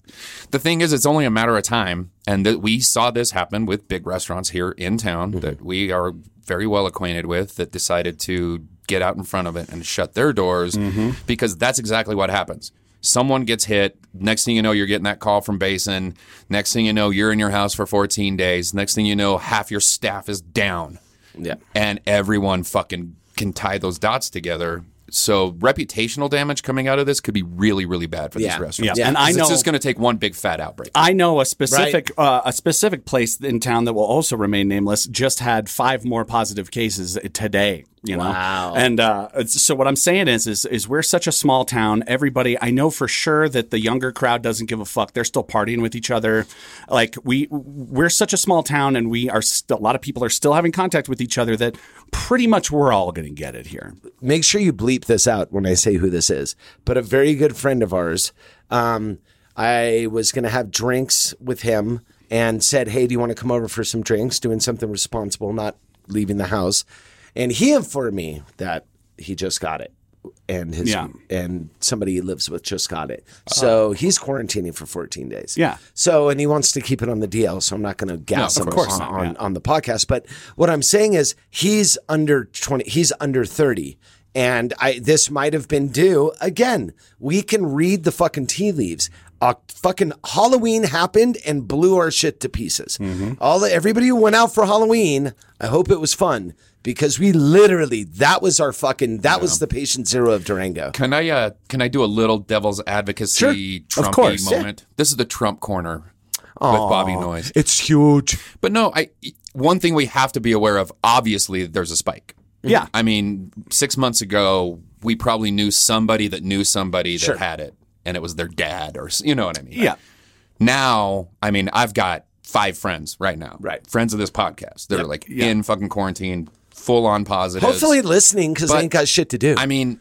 the thing is it's only a matter of time and that we saw this happen with big restaurants here in town that we are very well acquainted with that decided to get out in front of it and shut their doors because that's exactly what happens someone gets hit next thing you know you're getting that call from basin next thing you know you're in your house for 14 days next thing you know half your staff is down Yeah. and everyone fucking can tie those dots together so reputational damage coming out of this could be really really bad for Yeah. these restaurants Yeah. And I 'Cause know- it's just going to take one big fat outbreak I know a specific uh, a specific place in town that will also remain nameless just had five more positive cases today. You know, Wow. and uh, it's- so what I'm saying is, is, is we're such a small town. Everybody, I know for sure that the younger crowd doesn't give a fuck. They're still partying with each other. Like we, we're such a small town, and we are still, a lot of people are still having contact with each other. That pretty much we're all going to get it here. make sure you bleep this out when I say who this is, but a very good friend of ours. Um, I was going to have drinks with him and said, Hey, do you want to come over for some drinks? Doing something responsible, not leaving the house. And he informed me that he just got it. And his Yeah. Uh-huh. and somebody he lives with just got it, so he's quarantining for 14 days. Yeah. So and he wants to keep it on the DL, so I'm not going to gas of him course on, not, on, on the podcast. But what I'm saying is he's under 20, he's under 30. And I, this might have been due again. We can read the fucking tea leaves. Uh, fucking Halloween happened and blew our shit to pieces. Mm-hmm. All the, everybody who went out for Halloween, I hope it was fun because we literally that was our fucking that was the patient zero of Durango. Can I uh, can I do a little devil's advocacy Sure. Of Trumpy course, yeah. moment? This is the Trump corner with Bobby Noyes. It's huge. But no, I one thing we have to be aware of. Obviously, there's a spike. Yeah. I mean, six months ago, we probably knew somebody that knew somebody that had it, and it was their dad, or s- you know what I mean. Yeah. Now, I mean, I've got five friends right now. Right. Friends of this podcast. They're like in fucking quarantine, full on positive. Hopefully listening because they But- ain't got shit to do. I mean,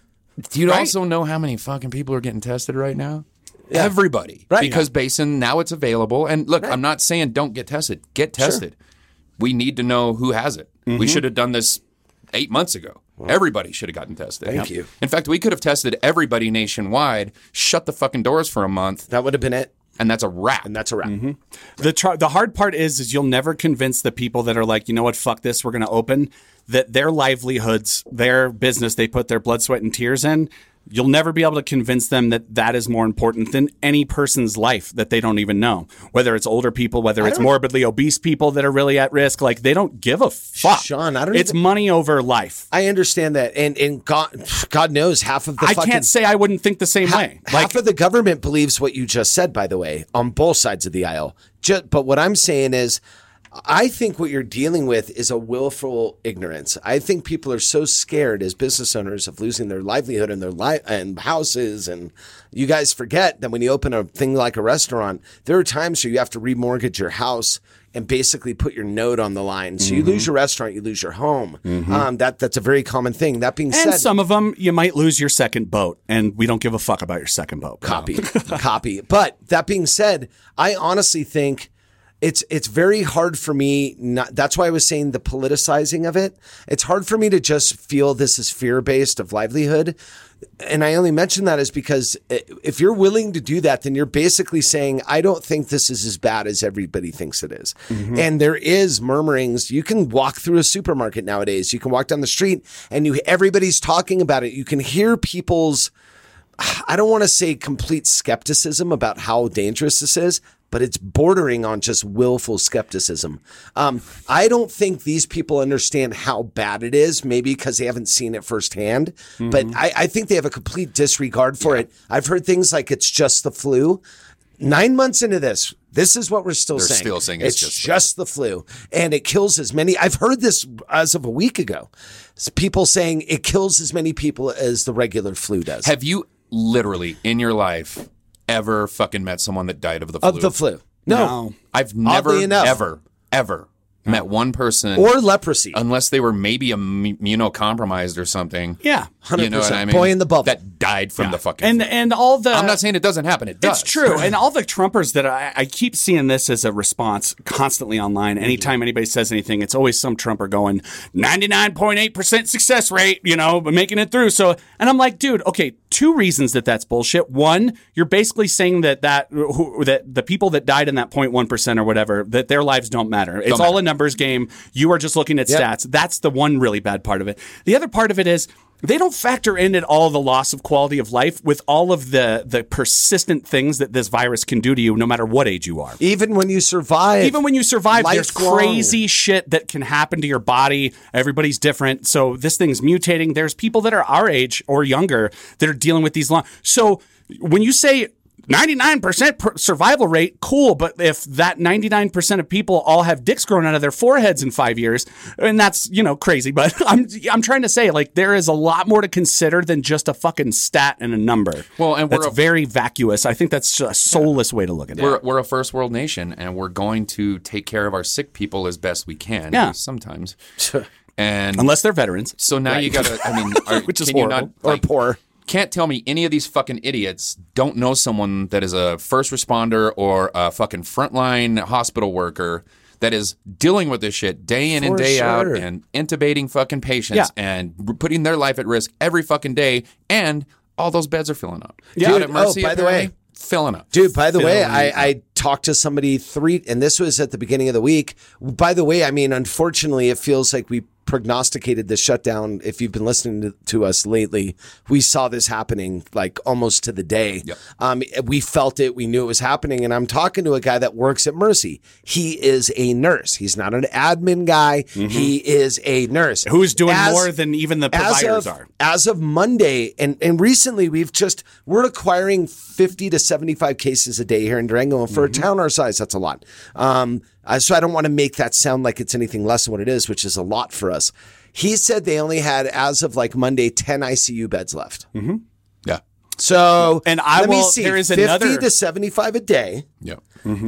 do you Right. also know how many fucking people are getting tested right now? Everybody. Right. Because Basin, now it's available. And look, I'm not saying don't get tested. Get tested. We need to know who has it. Mm-hmm. We should have done this eight months ago. Everybody should have gotten tested. Thank you. In fact, we could have tested everybody nationwide, shut the fucking doors for a month, that would have been it, and that's a wrap. and that's a wrap. The tr- the hard part is is you'll never convince the people that are like, you know what, fuck this, we're going to open that their livelihoods, their business they put their blood, sweat and tears in, You'll never be able to convince them that that is more important than any person's life that they don't even know. Whether it's older people, whether it's morbidly obese people that are really at risk, like they don't give a fuck. Sean, I don't It's even- money over life. I understand that, and and God, God knows half of the I fucking can't say I wouldn't think the same way. half of the government believes what you just said, by the way, on both sides of the aisle. Ju- but what I'm saying is, I think what you're dealing with is a willful ignorance. I think people are so scared as business owners of losing their livelihood and their life and houses. And you guys forget that when you open a thing like a restaurant, there are times where you have to remortgage your house and basically put your note on the line. So you Mm-hmm. lose your restaurant, you lose your home. Um, that that's a very common thing. That being And said, some of them, you might lose your second boat, and we don't give a fuck about your second boat. copy copy but that being said i honestly think it's it's very hard for me not that's why i was saying the politicizing of it it's hard for me to just feel this is fear based of livelihood and i only mention that is because i- if you're willing to do that then you're basically saying i don't think this is as bad as everybody thinks it is." and there is murmurings you can walk through a supermarket nowadays you can walk down the street and you everybody's talking about it you can hear people's I don't want to say complete skepticism about how dangerous this is, but it's bordering on just willful skepticism. Um, I don't think these people understand how bad it is, maybe because they haven't seen it firsthand, but Mm-hmm. I, I think they have a complete disregard for it. I've heard things like it's just the flu. Nine months into this, this is what we're still They're saying. still saying it's, it's just, just the the flu, and it kills as many. I've heard this as of a week ago. People saying it kills as many people as the regular flu does. Have you literally in your life ever fucking met someone that died of the flu? of the flu. No. I've never, Oddly enough. ever, ever met one person, Or leprosy. unless they were maybe immu- immunocompromised or something. Yeah. You know what I 100%. mean? Boy in the bubble. that died from the fucking. And flu. and all the I'm not saying it doesn't happen. It does. It's true. And all the Trumpers that I, I keep seeing this as a response constantly online. Anytime anybody says anything, it's always some Trumper going 99.8% success rate, you know, but making it through. So, and I'm like, dude, okay, two reasons that that's bullshit. One, you're basically saying that that who, that the people that died in that 0.1% or whatever, that their lives don't matter. It's all a numbers game. You are just looking at stats. That's the one really bad part of it. The other part of it is they don't factor in at all the loss of quality of life with all of the the persistent things that this virus can do to you no matter what age you are. Even when you survive. Even when you survive, there's *laughs* Lifelong. *laughs* crazy shit that can happen to your body. Everybody's different. So this thing's mutating. There's people that are our age or younger that are dealing with these long. So when you say 99% per- survival rate, cool. But if that 99% of people all have dicks grown out of their foreheads in five years, and that's, you know, crazy, but *laughs* I'm, I'm trying to say like there is a lot more to consider than just a fucking stat and a number. Well, and we're that's a- very vacuous. I think that's a soulless way to look at it. We're, we're a first world nation and we're going to take care of our sick people as best we can. Yeah. Sometimes. and Unless they're veterans. so now you got to, I mean, are, Which is can you horrible. not, like, or poor. can't tell me any of these fucking idiots don't know someone that is a first responder or a fucking frontline hospital worker that is dealing with this shit day in and For day out sure. and intubating fucking patients Yeah. and r- putting their life at risk every fucking day and all those beds are filling up. Yeah. Out Dude, at Mercy, oh, by the way. apparently, filling up. Dude, by the way, I, I talked to somebody three, and this was at the beginning of the week. By the way, I mean, unfortunately, it feels like we prognosticated the shutdown. If you've been listening to, to us lately, we saw this happening like almost to the day. Um, we felt it, we knew it was happening. And I'm talking to a guy that works at Mercy. He is a nurse, he's not an admin guy, he is a nurse. Mm-hmm. Who's doing As- more than even the providers as of, are? As of Monday, and, and recently we've just we're acquiring fifty to seventy five cases a day here in Durango, and for Mm-hmm. a town our size, that's a lot. Um, I- so I don't want to make that sound like it's anything less than what it is, which is a lot for us. He said they only had, as of like Monday, ten ICU beds left. Yeah. So Mm-hmm. And I let me will- see, there is fifty another- Mm-hmm. to seventy five a day, Yeah.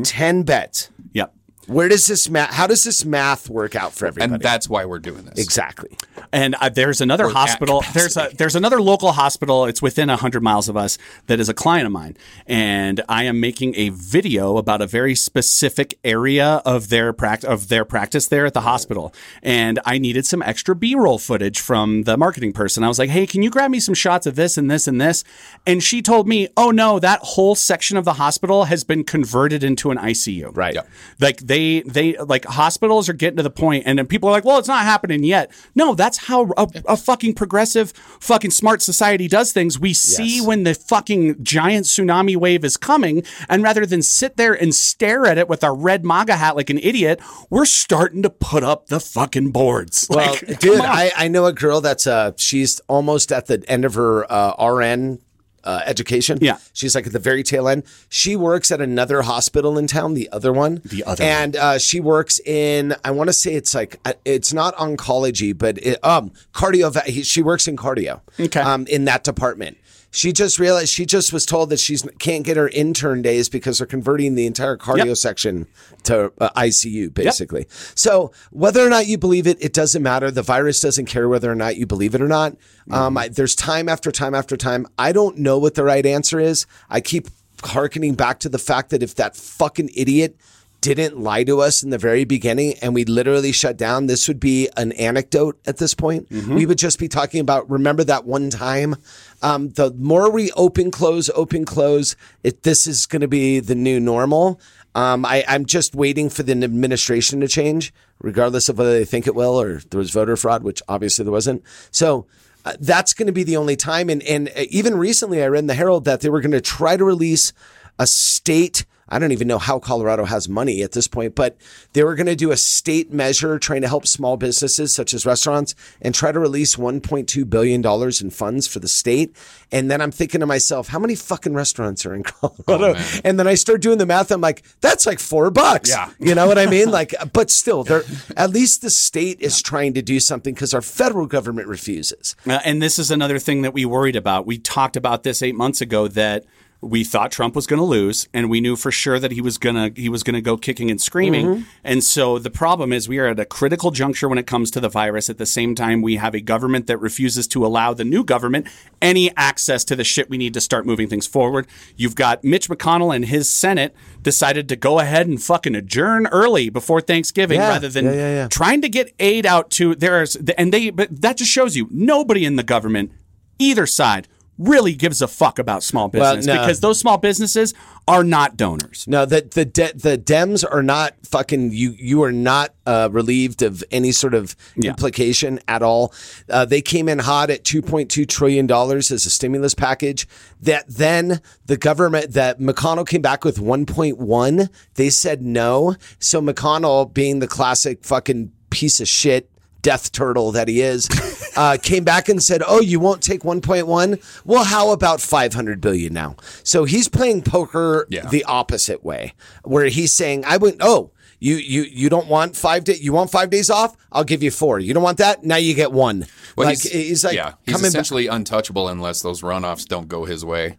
ten beds. Yep. Where does this math? How does this math work out for everybody? And that's why we're doing this. exactly. And uh, there's another at hospital. There's a there's another local hospital. It's within hundred miles of us. That is a client of mine, and I am making a video about a very specific area of their pract- of their practice there at the hospital. And I needed some extra B-roll footage from the marketing person. I was like, "Hey, can you grab me some shots of this and this and this?" And she told me, "Oh no, that whole section of the hospital has been converted into an ICU. Right. Like They they like hospitals are getting to the point, and then people are like, "Well, it's not happening yet." No, that's how a, a fucking progressive, fucking smart society does things. We see when the fucking giant tsunami wave is coming, and rather than sit there and stare at it with our red MAGA hat like an idiot, we're starting to put up the fucking boards. Well, Like, dude, come on. I, I know a girl that's uh she's almost at the end of her uh, RN uh, education. Yeah. she's like at the very tail end. She works at another hospital in town, the other one. The other and uh, she works in I want to say it's like uh, it's not oncology, but it, um cardio. She works in cardio. Okay. um in that department. She just realized she just was told that she's can't get her intern days because they're converting the entire cardio Yep. section to uh, ICU basically. So whether or not you believe it, it doesn't matter. The virus doesn't care whether or not you believe it or not. Um, I, there's time after time after time. I don't know what the right answer is. I keep hearkening back to the fact that if that fucking idiot didn't lie to us in the very beginning and we literally shut down, this would be an anecdote at this point. We would just be talking about, remember that one time? Um, the more we open, close, open, close, it, this is going to be the new normal. Um, I, I'm just waiting for the administration to change, regardless of whether they think it will or there was voter fraud, which obviously there wasn't. So uh, that's going to be the only time. And, and uh, even recently, I read in the Herald that they were going to try to release a state. I don't even know how Colorado has money at this point, but they were going to do a state measure trying to help small businesses such as restaurants and try to release $1.2 billion in funds for the state. And then I'm thinking to myself, how many fucking restaurants are in *laughs* Colorado? and then I start doing the math. I'm like, that's like four bucks. Yeah. You know what I mean? Like, but still, they're, at least the state is trying to do something because our federal government refuses. Uh, and this is another thing that we worried about. We talked about this eight months ago that we thought Trump was going to lose, and we knew for sure that he was gonna he was gonna go kicking and screaming. Mm-hmm. And so the problem is we are at a critical juncture when it comes to the virus. At the same time, we have a government that refuses to allow the new government any access to the shit we need to start moving things forward. You've got Mitch McConnell and his Senate decided to go ahead and fucking adjourn early before Thanksgiving Yeah. rather than Yeah, yeah, yeah. trying to get aid out to there's and they but that just shows you nobody in the government either side really gives a fuck about small Well, business no. because those small businesses are not donors. No, the the de- the Dems are not fucking you. You are not uh, relieved of any sort of implication at all. Uh, they came in hot at two point two trillion dollars as a stimulus package. That then the government that McConnell came back with one point one. They said no. So McConnell, being the classic fucking piece of shit death turtle that *laughs* he is, uh, came back and said, "Oh, you won't take 1.1? Well, how about 500 billion now?" So he's playing poker Yeah. the opposite way, where he's saying, "I wouldn't." Oh. You, you you don't want five day you want five days off I'll give you four you don't want that now you get one Well, like he's, like yeah, he's coming back- essentially untouchable unless those runoffs don't go his way.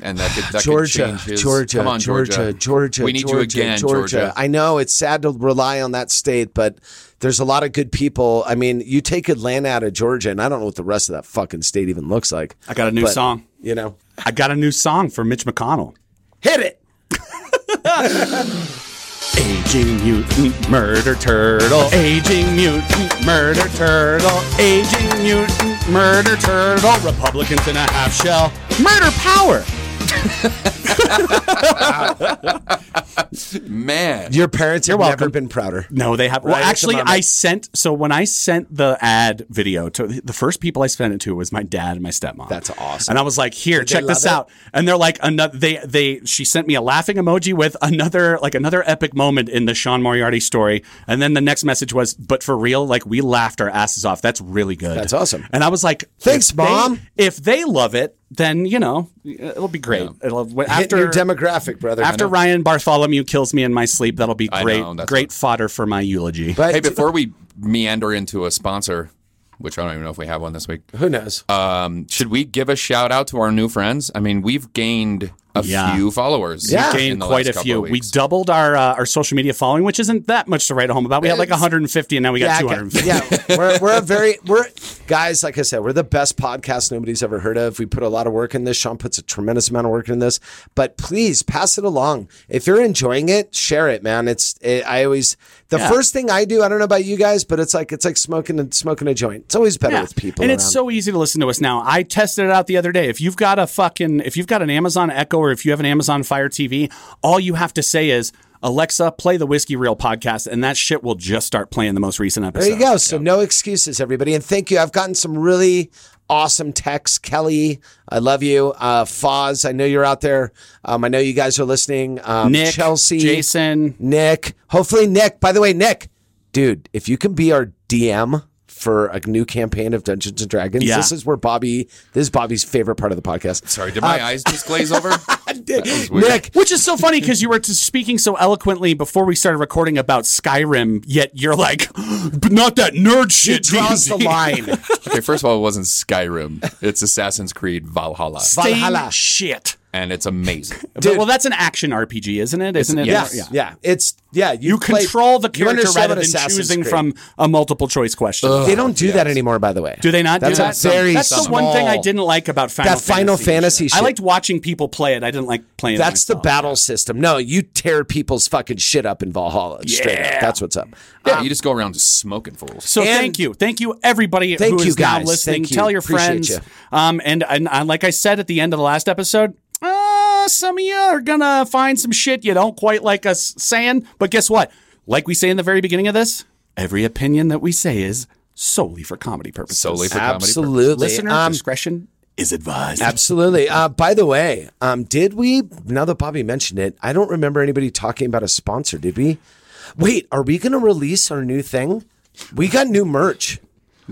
And that could, that could Georgia, change his- Georgia, come on, Georgia, Georgia, Georgia. We need you again, Georgia. I know it's sad to rely on that state, but there's a lot of good people. I mean, you take Atlanta out of Georgia, and I don't know what the rest of that fucking state even looks like. I got a new But, song. You know, I got a new song for Mitch McConnell. hit it. *laughs* Aging mutant murder turtle. Aging mutant murder turtle. Aging mutant murder turtle. Republicans in a half shell. Murder power. Man, Your parents have never welcome. been prouder. No, they have. Well, Right at the actually, moment. I sent. So when I sent the ad video to the first people I sent it to was my dad and my stepmom. That's awesome. And I was like, "Here, they check this love it? out." And they're like, "Another." They they. She sent me a laughing emoji with another like another epic moment in the Sean Moriarty story. And then the next message was, "But for real, like we laughed our asses off. That's really good. That's awesome. And I was like, Thanks, if they- Mom. if they love it, then you know it'll be great. It'll After after your demographic, brother. after Ryan Bartholomew kills me in my sleep, that'll be I great. know, that's great what- fodder for my eulogy. but hey, before we meander into a sponsor, which I don't even know if we have one this week, who knows? um, should we give a shout out to our new friends? I mean, we've gained a Yeah. few followers. Yeah. in gained the quite a last couple few. of We weeks. doubled our uh, our social media following, which isn't that much to write home about. We had like It's- 150, and now we got I 250. get- yeah, we're, we're a very we're guys. Like I said, we're the best podcast nobody's ever heard of. We put a lot of work in this. Sean puts a tremendous amount of work in this. But please pass it along. If you're enjoying it, share it, man. It's it, I always the Yeah. first thing I do. I don't know about you guys, but it's like it's like smoking and smoking a joint. It's always better Yeah. with people. and it's around. so easy to listen to us now. I tested it out the other day. If you've got a fucking, if you've got an Amazon Echo or if you have an Amazon Fire TV, all you have to say is, Alexa, play the Whiskey Reel podcast, and that shit will just start playing the most recent episode. There you go. So no excuses, everybody. And thank you. I've gotten some really awesome texts. Kelly, I love you. Uh, Foz, I know you're out there. Um, I know you guys are listening. Um, Nick, Chelsea, Jason, Nick. Hopefully, Nick. By the way, Nick, dude, if you can be our DM for a new campaign of Dungeons and Dragons, Yeah. this is where Bobby. This is Bobby's favorite part of the podcast. Sorry, did my Uh, eyes just glaze over? weird. *laughs* Nick, Which is so funny because you were t- speaking so eloquently before we started recording about Skyrim, yet you're like, *gasps* but not that nerd he shit. draws the D&D." *laughs* line. Okay, first of all, it wasn't Skyrim. It's Assassin's Creed Valhalla, Same Valhalla. shit. and it's amazing. But- Dude. well, that's an action RPG, isn't it? Isn't it? Yes, yeah. It's yeah. You play- control the you character understand rather what than Assassin's choosing Creed- from a multiple choice question. They don't do that anymore, by the way. Do they not That's do a that? very That's the one thing I didn't like about Final That Final Fantasy I shit. liked watching people play it. I didn't like playing. it That's the myself. battle system. No, you tear people's fucking shit up in Valhalla. Straight Yeah. up. That's what's up. Yeah, you just go around just smoking fools. So And- thank you, thank you everybody Thank who you, is now guys. listening. Thank you. Tell your Appreciate friends. you. Um, and and uh, like I said at the end of the last episode, uh, some of you are gonna find some shit you don't quite like us saying. But guess what? Like we say in the very beginning of this, every opinion that we say is solely for comedy purposes. Solely for comedy. Absolutely. listener Um, discretion is advised. absolutely. Uh, by the way, um, did we, now that Bobby mentioned it, I don't remember anybody talking about a sponsor, did we? Wait, are we going to release our new thing? We got new merch.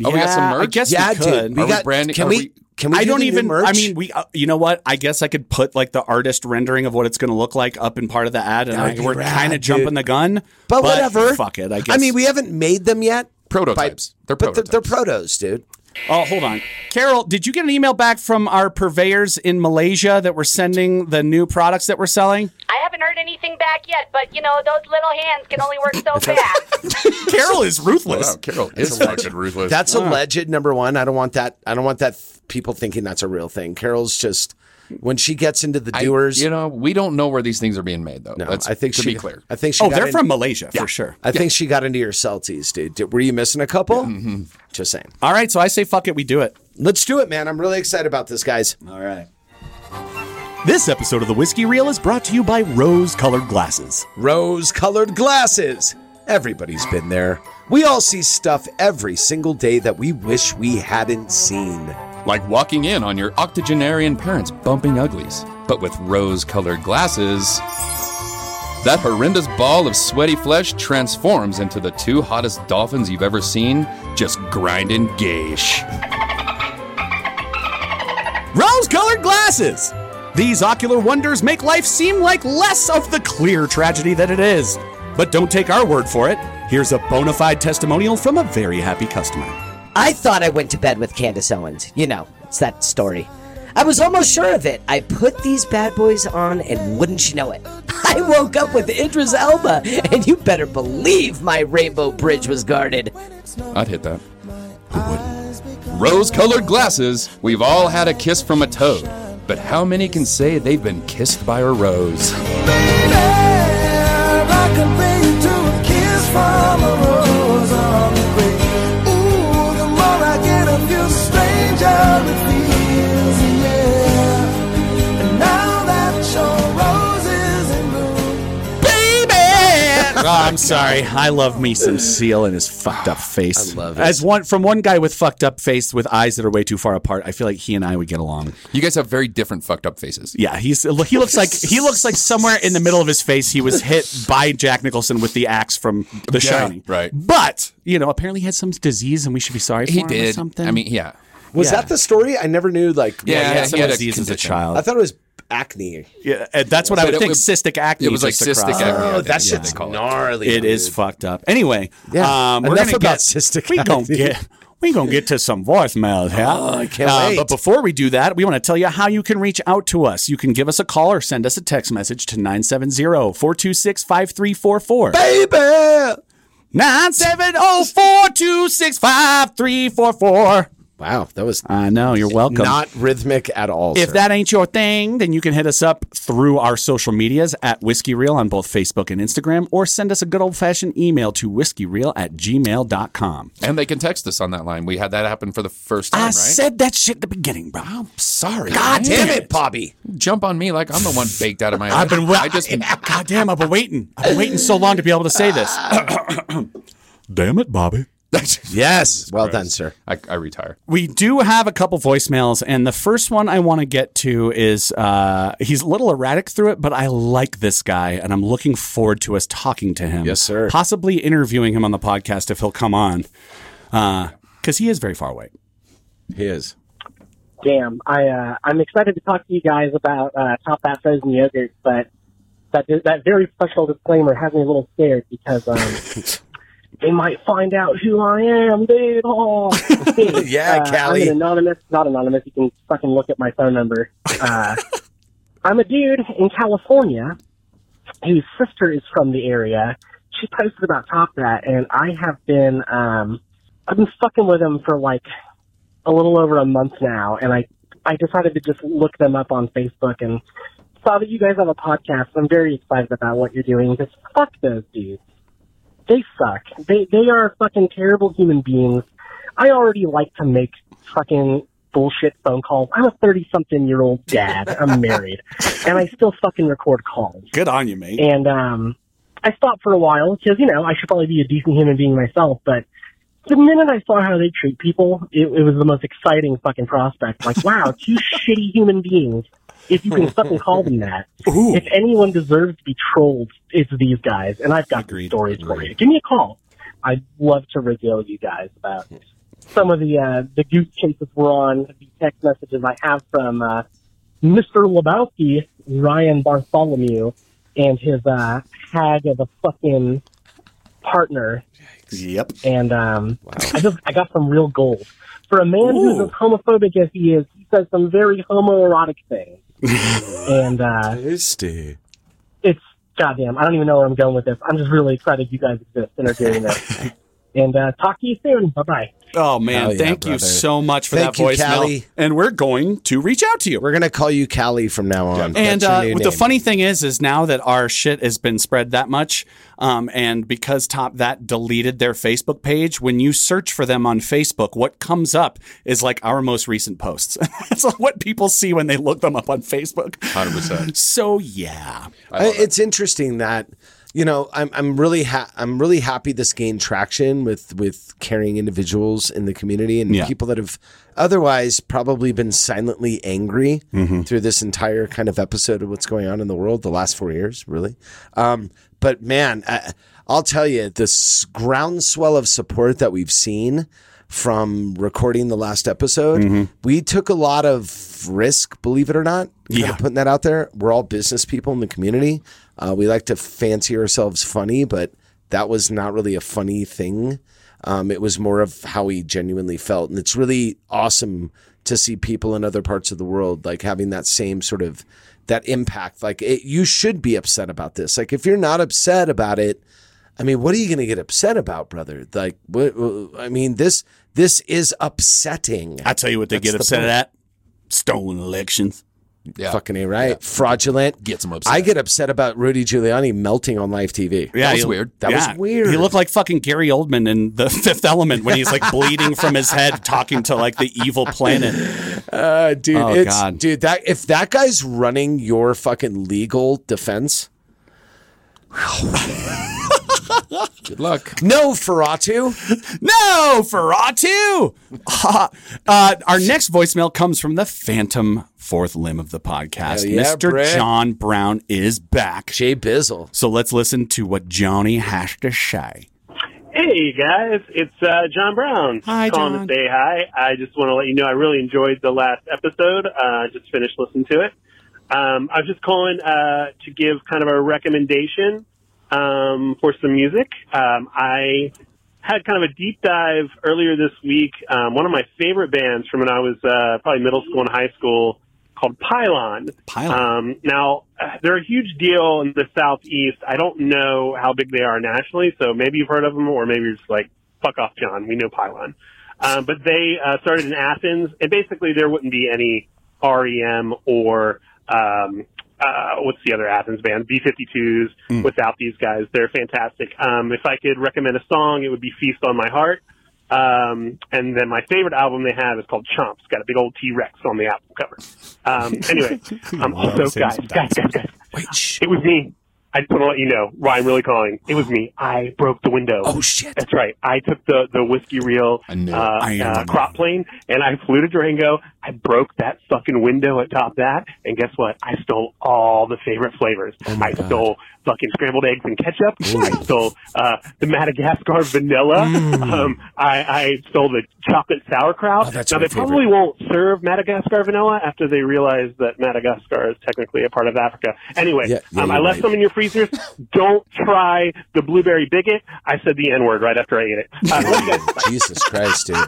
Oh, we got some Yeah, I merch? guess yeah, we could. dude. We Are we got, branding- can are we, we- can we I do don't the new even. merch? I mean, we. Uh, you know what? I guess I could put like the artist rendering of what it's going to look like up in part of the ad, and That'd like, be we're Oh, rad, kind of dude. jumping the gun. but, whatever. Fuck it. I guess. I mean, we haven't made them yet. by- Prototypes. They're but They're, prototypes. protos, dude. Oh, hold on, Carol. Did you get an email back from our purveyors in Malaysia that were sending the new products that we're selling? I haven't heard anything back yet, but you know, those little hands can only work so fast. Carol is ruthless. Oh, Wow, Carol is fucking ruthless. That's alleged number one. I don't want that. I don't want that. th- people thinking that's a real thing. Carol's just when she gets into the I- doers. you know, we don't know where these things are being made though. no, That's, I think to she. be clear. I think she. Oh, got they're in- from Malaysia for sure. I think she got into your Celtics, dude. Did- were you missing a couple? Mm-hmm. Just saying. All right, so I say fuck it, we do it. Let's do it, man. I'm really excited about this, guys. All right. This episode of the Whiskey Reel is brought to you by Rose Colored Glasses. Rose-colored glasses. Everybody's been there. We all see stuff every single day that we wish we hadn't seen. Like walking in on your octogenarian parents bumping uglies, but with rose colored glasses. That horrendous ball of sweaty flesh transforms into the two hottest dolphins you've ever seen, just grinding geish. Rose colored glasses! These ocular wonders make life seem like less of the clear tragedy that it is. But don't take our word for it. Here's a bona fide testimonial from a very happy customer. I thought I went to bed with Candace Owens. You know, it's that story. I was almost sure of it. I put these bad boys on, and wouldn't you know it? *laughs* I woke up with Idris Elba, and you better believe my rainbow bridge was guarded. I'd hit that. Rose colored glasses, we've all had a kiss from a toad, but how many can say they've been kissed by a rose? Oh, I'm sorry. I love me some seal in his fucked up face. *sighs* I love it. As one from one guy with fucked up face with eyes that are way too far apart, I feel like he and I would get along. You guys have very different fucked up faces. Yeah, he's he looks like he looks like somewhere in the middle of his face he was hit by Jack Nicholson with the axe from The Shining. right. But you know, apparently he had some disease, and we should be sorry for He him or did. something. I mean, yeah. Was Yeah. that the story? I never knew. Like, Yeah, what- he had some he had a disease as a condition. child. I thought it was acne. yeah, and that's what I But would it think. was- cystic acne. it was like just cystic across. acne. I Oh, think that is what shit's they call it. gnarly. It is fucked up. Anyway, Yeah. um, we're Enough gonna get about cystic We gonna acne. get we gonna get to some voicemails, huh? Uh, Oh, I can't wait. But before we do that, we want to tell you how you can reach out to us. You can give us a call or send us a text message to 970-426-5344. Baby! oh, 970-426-5344. Wow, that was I know. You're welcome. not rhythmic at all. if sir. that ain't your thing, then you can hit us up through our social medias at Whiskey Reel on both Facebook and Instagram, or send us a good old fashioned email to whiskeyreel at gmail.com. And they can text us on that line. We had that happen for the first time, I right? said that shit at the beginning, bro. I'm sorry. God man. damn damn it, Bobby. Jump on me like I'm the one baked out of my. *laughs* I've been I waiting. just *laughs* God damn, I've been waiting. I've been waiting so long to be able to say *clears throat* this. Damn it, Bobby. Yes, well done, *laughs* sir. *laughs* I, I retire. We do have a couple voicemails, and the first one I want to get to is uh, he's a little erratic through it, but I like this guy, and I'm looking forward to us talking to him. Yes, sir. Possibly interviewing him on the podcast if he'll come on, because he is very far away. He is. Damn, I uh, I'm excited to talk to you guys about uh, top that frozen yogurt, but that that very special disclaimer has me a little scared because um, they might find out who I am, dude. Oh, dude, Yeah, uh, Callie. I'm an anonymous, not anonymous. You can fucking look at my phone number. Uh, I'm a dude in California whose sister is from the area. She posted about Top That, and I have been um, I've been fucking with him for like a little over a month now, and I I decided to just look them up on Facebook and saw that you guys have a podcast. I'm very excited about what you're doing because fuck those dudes. They suck. They they are fucking terrible human beings. I already like to make fucking bullshit phone calls. I'm a 30 something year old dad. I'm married. And I still fucking record calls. Good on you, mate. And um, I stopped for a while because you know I should probably be a decent human being myself. But the minute I saw how they treat people, it, it was the most exciting fucking prospect. Like, wow, two *laughs* shitty human beings. If you can fucking call them that. If anyone deserves to be trolled, it's these guys. And I've got some stories for you. Give me a call. I'd love to regale you guys about some of the uh, the goose chases we're on, the text messages I have from uh, Mr. Lebowski, Ryan Bartholomew, and his uh, hag of a fucking partner. Yep. And um, I just I got some real gold for a man who's as homophobic as he is. He says some very homoerotic *laughs* things, and uh, Tasty. it's goddamn. I don't even know where I'm going with this. I'm just really excited you guys exist and are *laughs* doing this. and uh, talk to you soon. Bye bye. Oh man, Hell yeah, thank you brother. so much for Thank that you, voicemail, Callie. and we're going to reach out to you. We're gonna call you Callie from now on. And That's uh, your new the name. funny thing is, is now that our shit has been spread that much, um, and because Top That deleted their Facebook page, when you search for them on Facebook, what comes up is like our most recent posts. *laughs* That's what people see when they look them up on Facebook. *laughs* 100%. So yeah, I love I- it's interesting that you know I'm I'm really ha- I'm really happy this gained traction with with caring individuals in the community and Yeah. people that have otherwise probably been silently angry Mm-hmm. through this entire kind of episode of what's going on in the world the last four years really, um, but man I, I'll tell you this groundswell of support that we've seen. From recording the last episode, we took a lot of risk, believe it or not, kind Yeah. of putting that out there. We're all business people in the community. Uh, we like to fancy ourselves funny, but that was not really a funny thing. Um, it was more of how we genuinely felt. And it's really awesome to see people in other parts of the world like having that same sort of that impact. Like it, you should be upset about this. Like if you're not upset about it, I mean, what are you going to get upset about, brother? Like, what, I mean, this this is upsetting. I tell you what, they get the upset point. at stolen elections. Yeah. Fucking a right. Fraudulent. Gets 'em upset. I get upset about Rudy Giuliani melting on live TV. Yeah, That was he- weird. That was weird. He looked like fucking Gary Oldman in The *laughs* Fifth Element when he's like bleeding from his head, talking to like the evil planet. Uh, dude, Oh, it's, God. dude, that if that guy's running your fucking legal defense, Good luck. no Ferratu. No, Ferratu. Ha. *laughs* uh, our next voicemail comes from the phantom fourth limb of the podcast. Hell yeah, Mr. Brett. John Brown is back. Jay Bizzle. So let's listen to what Johnny has to say. Hey guys, it's uh, John Brown. Hi, calling John. to say hi. I just want to let you know I really enjoyed the last episode. Uh, just finished listening to it. Um, I was just calling uh, to give kind of a recommendation um, for some music. Um, I had kind of a deep dive earlier this week. Um, one of my favorite bands from when I was uh, probably middle school and high school called Pylon. Pylon. Um, now uh, they're a huge deal in the southeast. I don't know how big they are nationally, so maybe you've heard of them, or maybe you're just like, "Fuck off, John." We know Pylon. Um, but they uh, started in Athens, and basically there wouldn't be any E REM or um, uh, what's the other Athens band? B52s Mm. without these guys. They're fantastic. Um, if I could recommend a song, it would be Feast on My Heart. Um, and then my favorite album they have is called Chomps. It's got a big old T Rex on the album cover. Um, anyway, um, Love also, seeing guys, some guys, guys, guys. Oh, It was me. I just want to let you know why I'm really calling. It was me. I broke the window. Oh shit! That's right. I took the the whiskey reel uh, I am uh, a crop plane and I flew to Durango. I broke that fucking window atop that, and guess what? I stole all the favorite flavors. I stole fucking scrambled eggs and ketchup. I stole uh, the Madagascar vanilla. Um, I, I stole the chocolate sauerkraut. Mm. Oh, that's now my they probably won't serve Madagascar vanilla after they realize that Madagascar is technically a part of Africa. Anyway, Yeah, yeah, um, I you're left right. some in your freezers. *laughs* Don't try the blueberry bigot. I said the N word right after I ate it. Uh, *laughs* love you guys. *laughs* Jesus Christ, dude!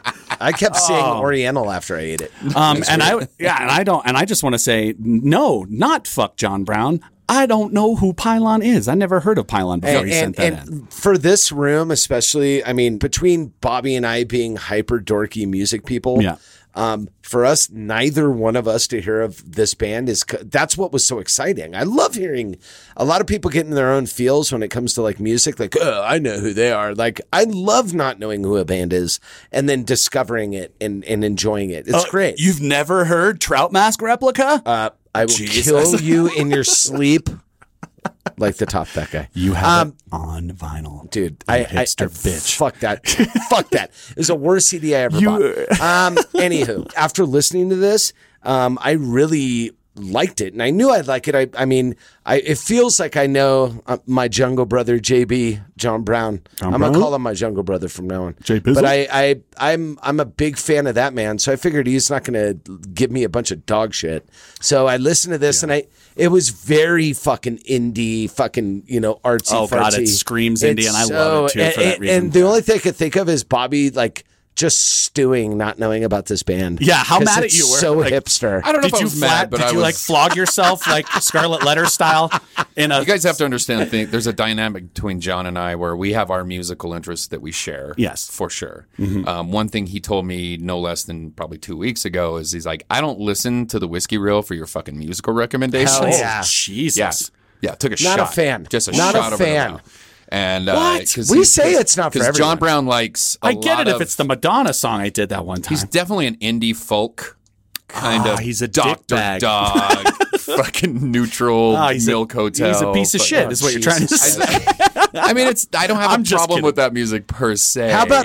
I kept saying Oh. Oriental after I ate it. Um, That's and I weird. yeah, and I don't, and I just want to say no, not fuck John Brown. I don't know who Pylon is. I never heard of Pylon before and, he sent that and- in. and for this room especially i mean between bobby and i being hyper dorky music people Yeah. um, for us neither one of us to hear of this band is c- that's what was so exciting i love hearing a lot of people get in their own feels when it comes to like music like oh i know who they are like i love not knowing who a band is and then discovering it and, and enjoying it it's Uh, great You've never heard Trout Mask replica? Uh, i will Jesus. kill you *laughs* in your sleep like the top that guy You have Um, it on vinyl, dude. I, I- I- hipster I- bitch. Fuck *laughs* that. fuck that. It was the worst CD I ever You- bought. Um, anywho, after listening to this, um, I really liked it, and I knew I'd like it. I, I mean, I it feels like I know uh, my jungle brother JB John Brown. John I'm gonna Brown? call him my jungle brother from now on. Jay Pizzle? But I, I, I'm, I'm a big fan of that man, so I figured he's not gonna give me a bunch of dog shit. So I listened to this, and I. It was very fucking indie, fucking you know artsy. Oh, God, it fartsy. screams indie, and I love it, too, and, for that and- reason. And the only thing I could think of is Bobby like just stewing, not knowing about this band. Yeah, how 'Cause mad it's at you were. So Like, hipster. did you flat- Did you like flog yourself *laughs* like Scarlet Letter style? In a you guys have to understand. Thing, there's a dynamic between John and I where we have our musical interests that we share. Yes. Mm-hmm. for sure. Um, one thing he told me no less than probably two weeks ago is he's like, I don't listen to the whiskey reel for your fucking musical recommendations. Hell yeah. Oh, Jesus. Yeah. yeah, took a Not shot. a fan. Just a Not a shot of it fan. around. And uh, What? 'cause We he's- say it's not for 'cause everyone. John Brown likes. I I get it if it's the Madonna song I did that one time. He's definitely an indie folk kind Ah, of. he's a Doctor dickbag. Dog, *laughs* fucking neutral Ah, he's a- milk hotel. he's a piece of but- shit, is what you're trying to Jesus. say. I, *laughs* I mean, it's I don't have I'm a just problem kidding. with that music per se. How about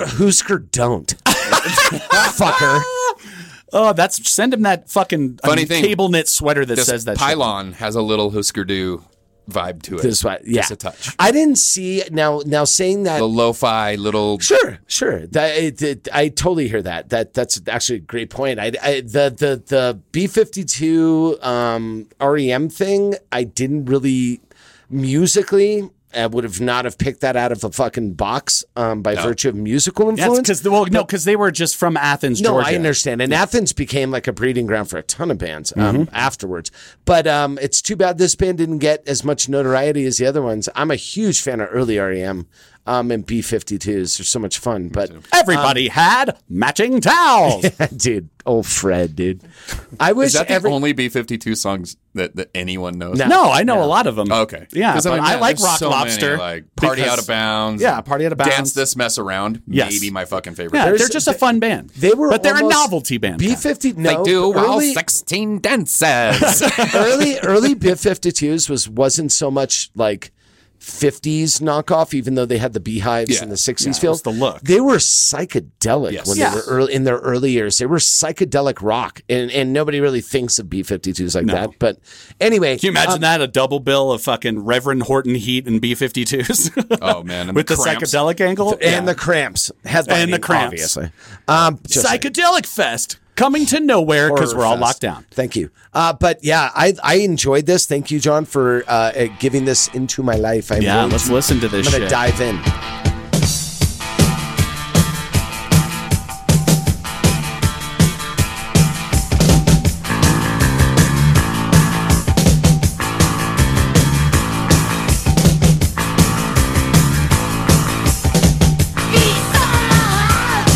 *laughs* Hoosker Don't? Fucker. *laughs* Oh, that's send him that fucking Funny um, thing, cable knit sweater that *laughs* this says that. shit. Pylon has a little Husker Du vibe to it. This one, yeah. just a touch. I didn't see now. Now saying that, The lo-fi little. sure, sure. That it, it- I totally hear that. That that's actually a great point. I, I the the the B um, fifty two REM E thing. I didn't really musically. I would have not have picked that out of a fucking box um, by virtue of musical That's influence. because well, no, because they were just from Athens, No, Georgia. I understand. And Athens became like a breeding ground for a ton of bands um, Mm-hmm. afterwards. But um, it's too bad this band didn't get as much notoriety as the other ones. I'm a huge fan of early REM um, and B52s. They're so much fun. But um, Everybody had matching *laughs* *laughs* towels. dude, old Fred, dude. I wish Is that the every. only B52 songs that, that anyone knows? No. no, I know a lot of them. Okay. Yeah, 'Cause, but mean, I man, like there's Rock so many, Lobster like Party because- Out of Bounds. Yeah, Party Out of Dance Bounds. This Mess Around. Yes. Maybe my fucking favorite. Yeah, they're There's- just a fun band. they were but they're a almost- novelty band. B fifty They no do. We're all early- 16 *laughs* dances. *laughs* early early B fifty twos was wasn't so much like fifties knockoff, even though they had the beehives Yeah. and the sixties Yeah, it was feels. the look. They were psychedelic Yes. when Yeah. they were early, in their early years. They were psychedelic rock, and and nobody really thinks of B fifty twos like that. But anyway, um, Can you imagine uh, that? A double bill of fucking Reverend Horton Heat and B *laughs* 52s oh, man. and with the, Cramps. psychedelic angle? And the cramps, headlining, And the Cramps. obviously. Um, just like- Psychedelic Fest coming to nowhere because we're all Horror locked fest. down. Thank you. Uh, but yeah, I I enjoyed this. Thank you, John, for uh, uh, giving this into my life. I'm Yeah, really- let's listen to this I'm gonna shit. dive in. Feast on my heart.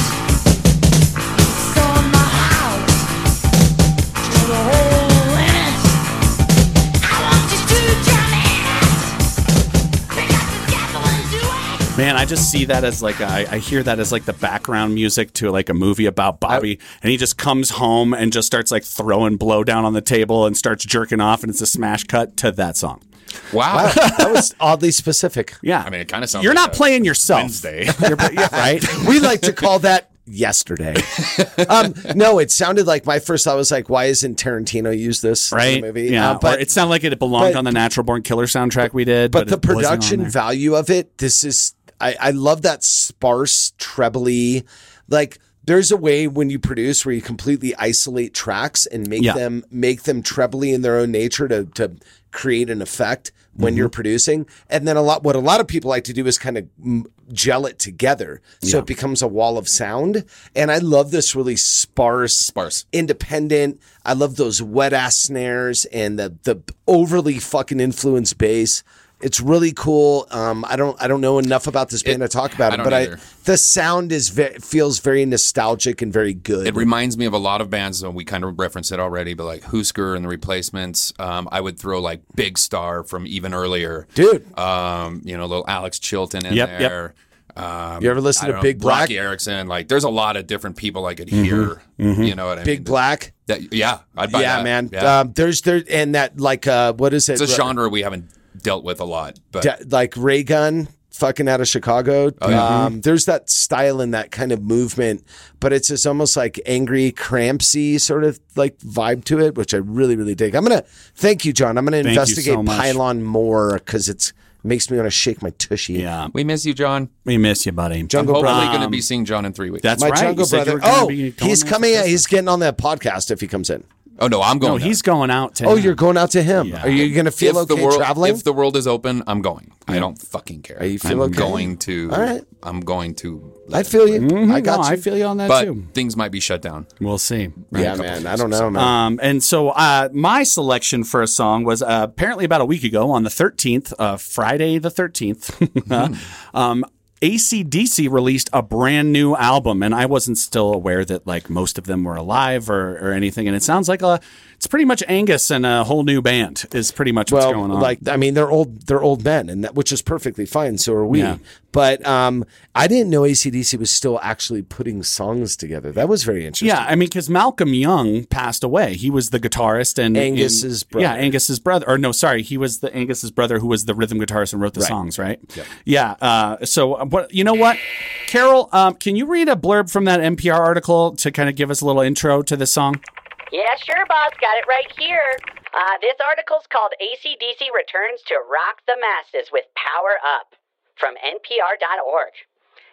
Man, I just see that as like I, I hear that as like the background music to like a movie about Bobby, and he just comes home and just starts like throwing blow down on the table and starts jerking off, and it's a smash cut to that song. Wow, that *laughs* was oddly specific. Yeah, I mean, it kind of sounds. You're not like a playing yourself. Wednesday. *laughs* You're- yeah, right? We like to call that *laughs* yesterday. um, no, it sounded like my first thought was like, why isn't Tarantino use this in Right? the movie? Yeah, Uh, but or it sounded like it belonged but- on the Natural Born Killer soundtrack we did, but, the it wasn't on production there. value of it, this is I, I love that sparse trebly. Like there's a way when you produce where you completely isolate tracks and make Yeah. them make them trebly in their own nature to to create an effect when Mm-hmm. you're producing. And then a lot what a lot of people like to do is kind of mm, gel it together so it becomes a wall of sound. And I love this really sparse sparse independent. I love those wet ass snares and the the overly fucking influenced bass. It's really cool. Um, I don't I don't know enough about this band to talk about I it, don't but either. I the sound is ve- feels very nostalgic and very good. It reminds me of a lot of bands, and we kind of referenced it already, but like Husker and the Replacements. Um, I would throw like Big Star from even earlier, dude. Um, you know, little Alex Chilton in Yep, yep. there. Um, You ever I listen to don't Big Black? Blackie Erickson? Like, there's a lot of different people I could Mm-hmm, hear. Mhm. You know what I Big mean? Black, That, yeah, I'd buy yeah, that. man. Yeah. Um, there's there and that like uh, what is it? it's a genre we haven't dealt with a lot, but Da- like Ray Gun, fucking out of Chicago. Oh, yeah. um, there's that style and that kind of movement, but it's just almost like angry, crampsy sort of like vibe to it, which I really, really dig. I'm gonna thank you, John. I'm gonna Thank you investigate so much. Pylon more because it's makes me want to shake my tushy. Yeah, we miss you, John. we miss you, buddy. Jungle I'm hopefully Brother. going to be seeing John in three weeks. That's my right. jungle You said you brother. were gonna Oh, be going he's there coming. out- He's getting on that podcast if he comes in. oh no, I'm No, going. he's going out to. Oh, him. you're going out to him. Are you going to feel okay the world, traveling? If the world is open, I'm going. I don't fucking care. Are you feel I'm okay? going to. All right. I'm going to. I feel you. I Mhm, got no, you. I feel you on that but too. things might be shut down. We'll see. yeah, man. I don't know, man. Um, and so uh, my selection for a song was uh, apparently about a week ago on the 13th, uh, Friday the 13th. *laughs* Mm-hmm. um, ACDC released a brand new album, and I wasn't still aware that like most of them were alive or, or anything. And it sounds like a, it's pretty much Angus and a whole new band is pretty much what's well, going on. like I mean, they're old. They're old men, and that, which is perfectly fine. So are we. Yeah. But um, I didn't know ACDC was still actually putting songs together. That was very interesting. Yeah, I mean, because Malcolm Young passed away. He was the guitarist and Angus's and- brother. Yeah, Angus's brother. Or no, sorry, he was the Angus's brother who was the rhythm guitarist and wrote the songs, right? Yeah. Uh, so, uh, what you know what, Carol? Um, can you read a blurb from that NPR article to kind of give us a little intro to this song? Yeah, sure, boss. Got it right here. Uh, this article's called ACDC Returns to Rock the Masses with Power Up from NPR.org.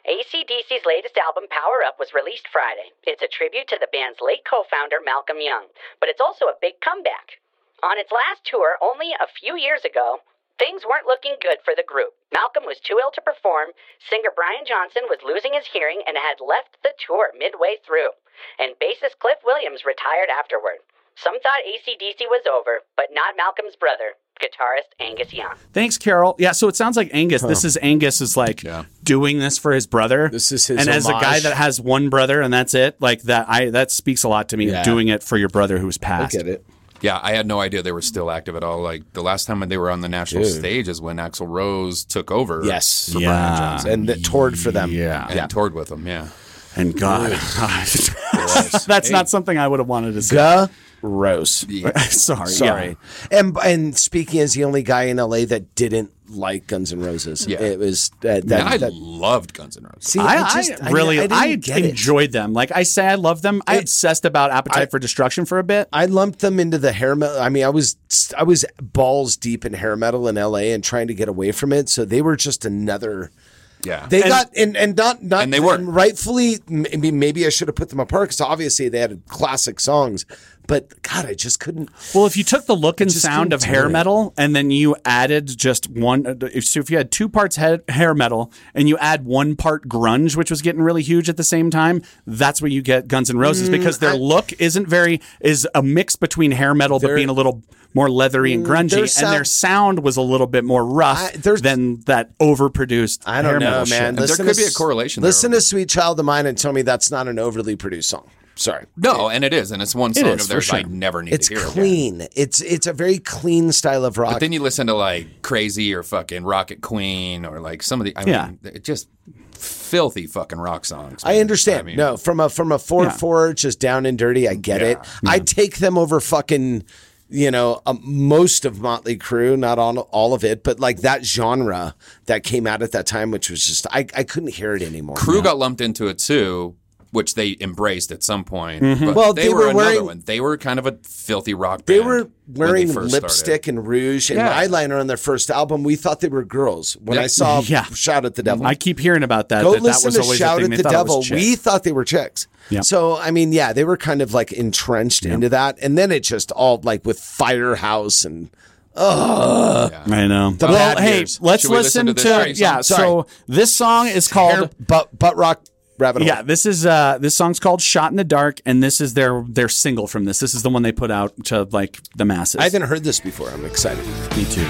ACDC's latest album, Power Up, was released Friday. It's a tribute to the band's late co founder, Malcolm Young, but it's also a big comeback. On its last tour, only a few years ago, things weren't looking good for the group. Malcolm was too ill to perform, singer Brian Johnson was losing his hearing and had left the tour midway through, and bassist Cliff Williams retired afterward. Some thought ACDC was over, but not Malcolm's brother, guitarist Angus Young. Thanks, Carol. Yeah, so it sounds like Angus. This is Angus is like doing this for his brother. This is his and as a guy homage. that has one brother and that's it, like that, I that speaks a lot to me. Yeah. Doing it for your brother who's I passed. get it. Yeah, I had no idea they were still active at all. Like the last time they were on the national Dude. stage is when Axl Rose took over. Yes. for Brian Yeah. Johnson And that toured for them. Yeah. and toured with them. Yeah, And *laughs* God, *laughs* that's not something I would have wanted to say. Guh Rose. *laughs* Sorry. Sorry. yeah. And and speaking as the only guy in LA that didn't like Guns N' Roses. Yeah. It was uh, that. that, And I that- loved Guns N' Roses. see, I, I, I just I- really, I, I, didn't get it. enjoyed them. Like I say, I love them. I It- obsessed about Appetite for Destruction for a bit. I lumped them into the hair metal. I mean, I was I was balls deep in hair metal in LA and trying to get away from it. So they were just another. Yeah, They And- got and and not not And they weren't. rightfully. Maybe maybe I should have put them apart because obviously they had classic songs, but God, I just couldn't. Well, if you took the look and sound of couldn't do hair it. metal and then you added just one, uh, if, so if you had two parts head, hair metal and you add one part grunge, which was getting really huge at the same time, that's where you get Guns N' Mm, Roses because their look isn't very, is a mix between hair metal but being a little more leathery and grungy. Mm, their and their sound was a little bit more rough I- there's- than that overproduced I don't hair know, metal man. shit. There Listen could to be a s- correlation there. Listen to "Sweet Child of Mine" and tell me that's not an overly produced song. Sorry. No, and it is, and it's one It song of is, for theirs I sure. never need it's to hear. clean. It's it's a very clean style of rock. But then you listen to like Crazy or fucking Rocket Queen or like some of the, I Yeah. mean, they're just filthy fucking rock songs. I understand. no, from a from a four four just down and dirty. I get it. I take them over fucking. You know, um, most of Motley Crue, not all, all of it, but like that genre that came out at that time, which was just I, I couldn't hear it anymore. Crew got lumped into it too, which they embraced at some point. Mhm. But Well, they, they were, were another wearing- one. They were kind of a filthy rock They band. were when they wearing first started. lipstick and rouge and Yeah. eyeliner on their first album. We thought they were girls. When *laughs* I saw Shout at the Devil, I keep hearing about Uh, that. Go that, listen that was to always Shout the at thing the they thought it was Devil. chicks. We thought they were chicks. Yeah. So I mean, yeah, they were kind of like entrenched into that, and then it just all like with Firehouse and ugh. I know. The well, bad hey, years. let's Should we listen, listen to to, this Chinese yeah. song? Sorry. So this song is called butt, butt rock rabbit. Yeah, this is uh this song's called "Shot in the Dark," and this is their their single from this. This is the one they put out to like the masses. I haven't heard this before. I'm excited. Me too.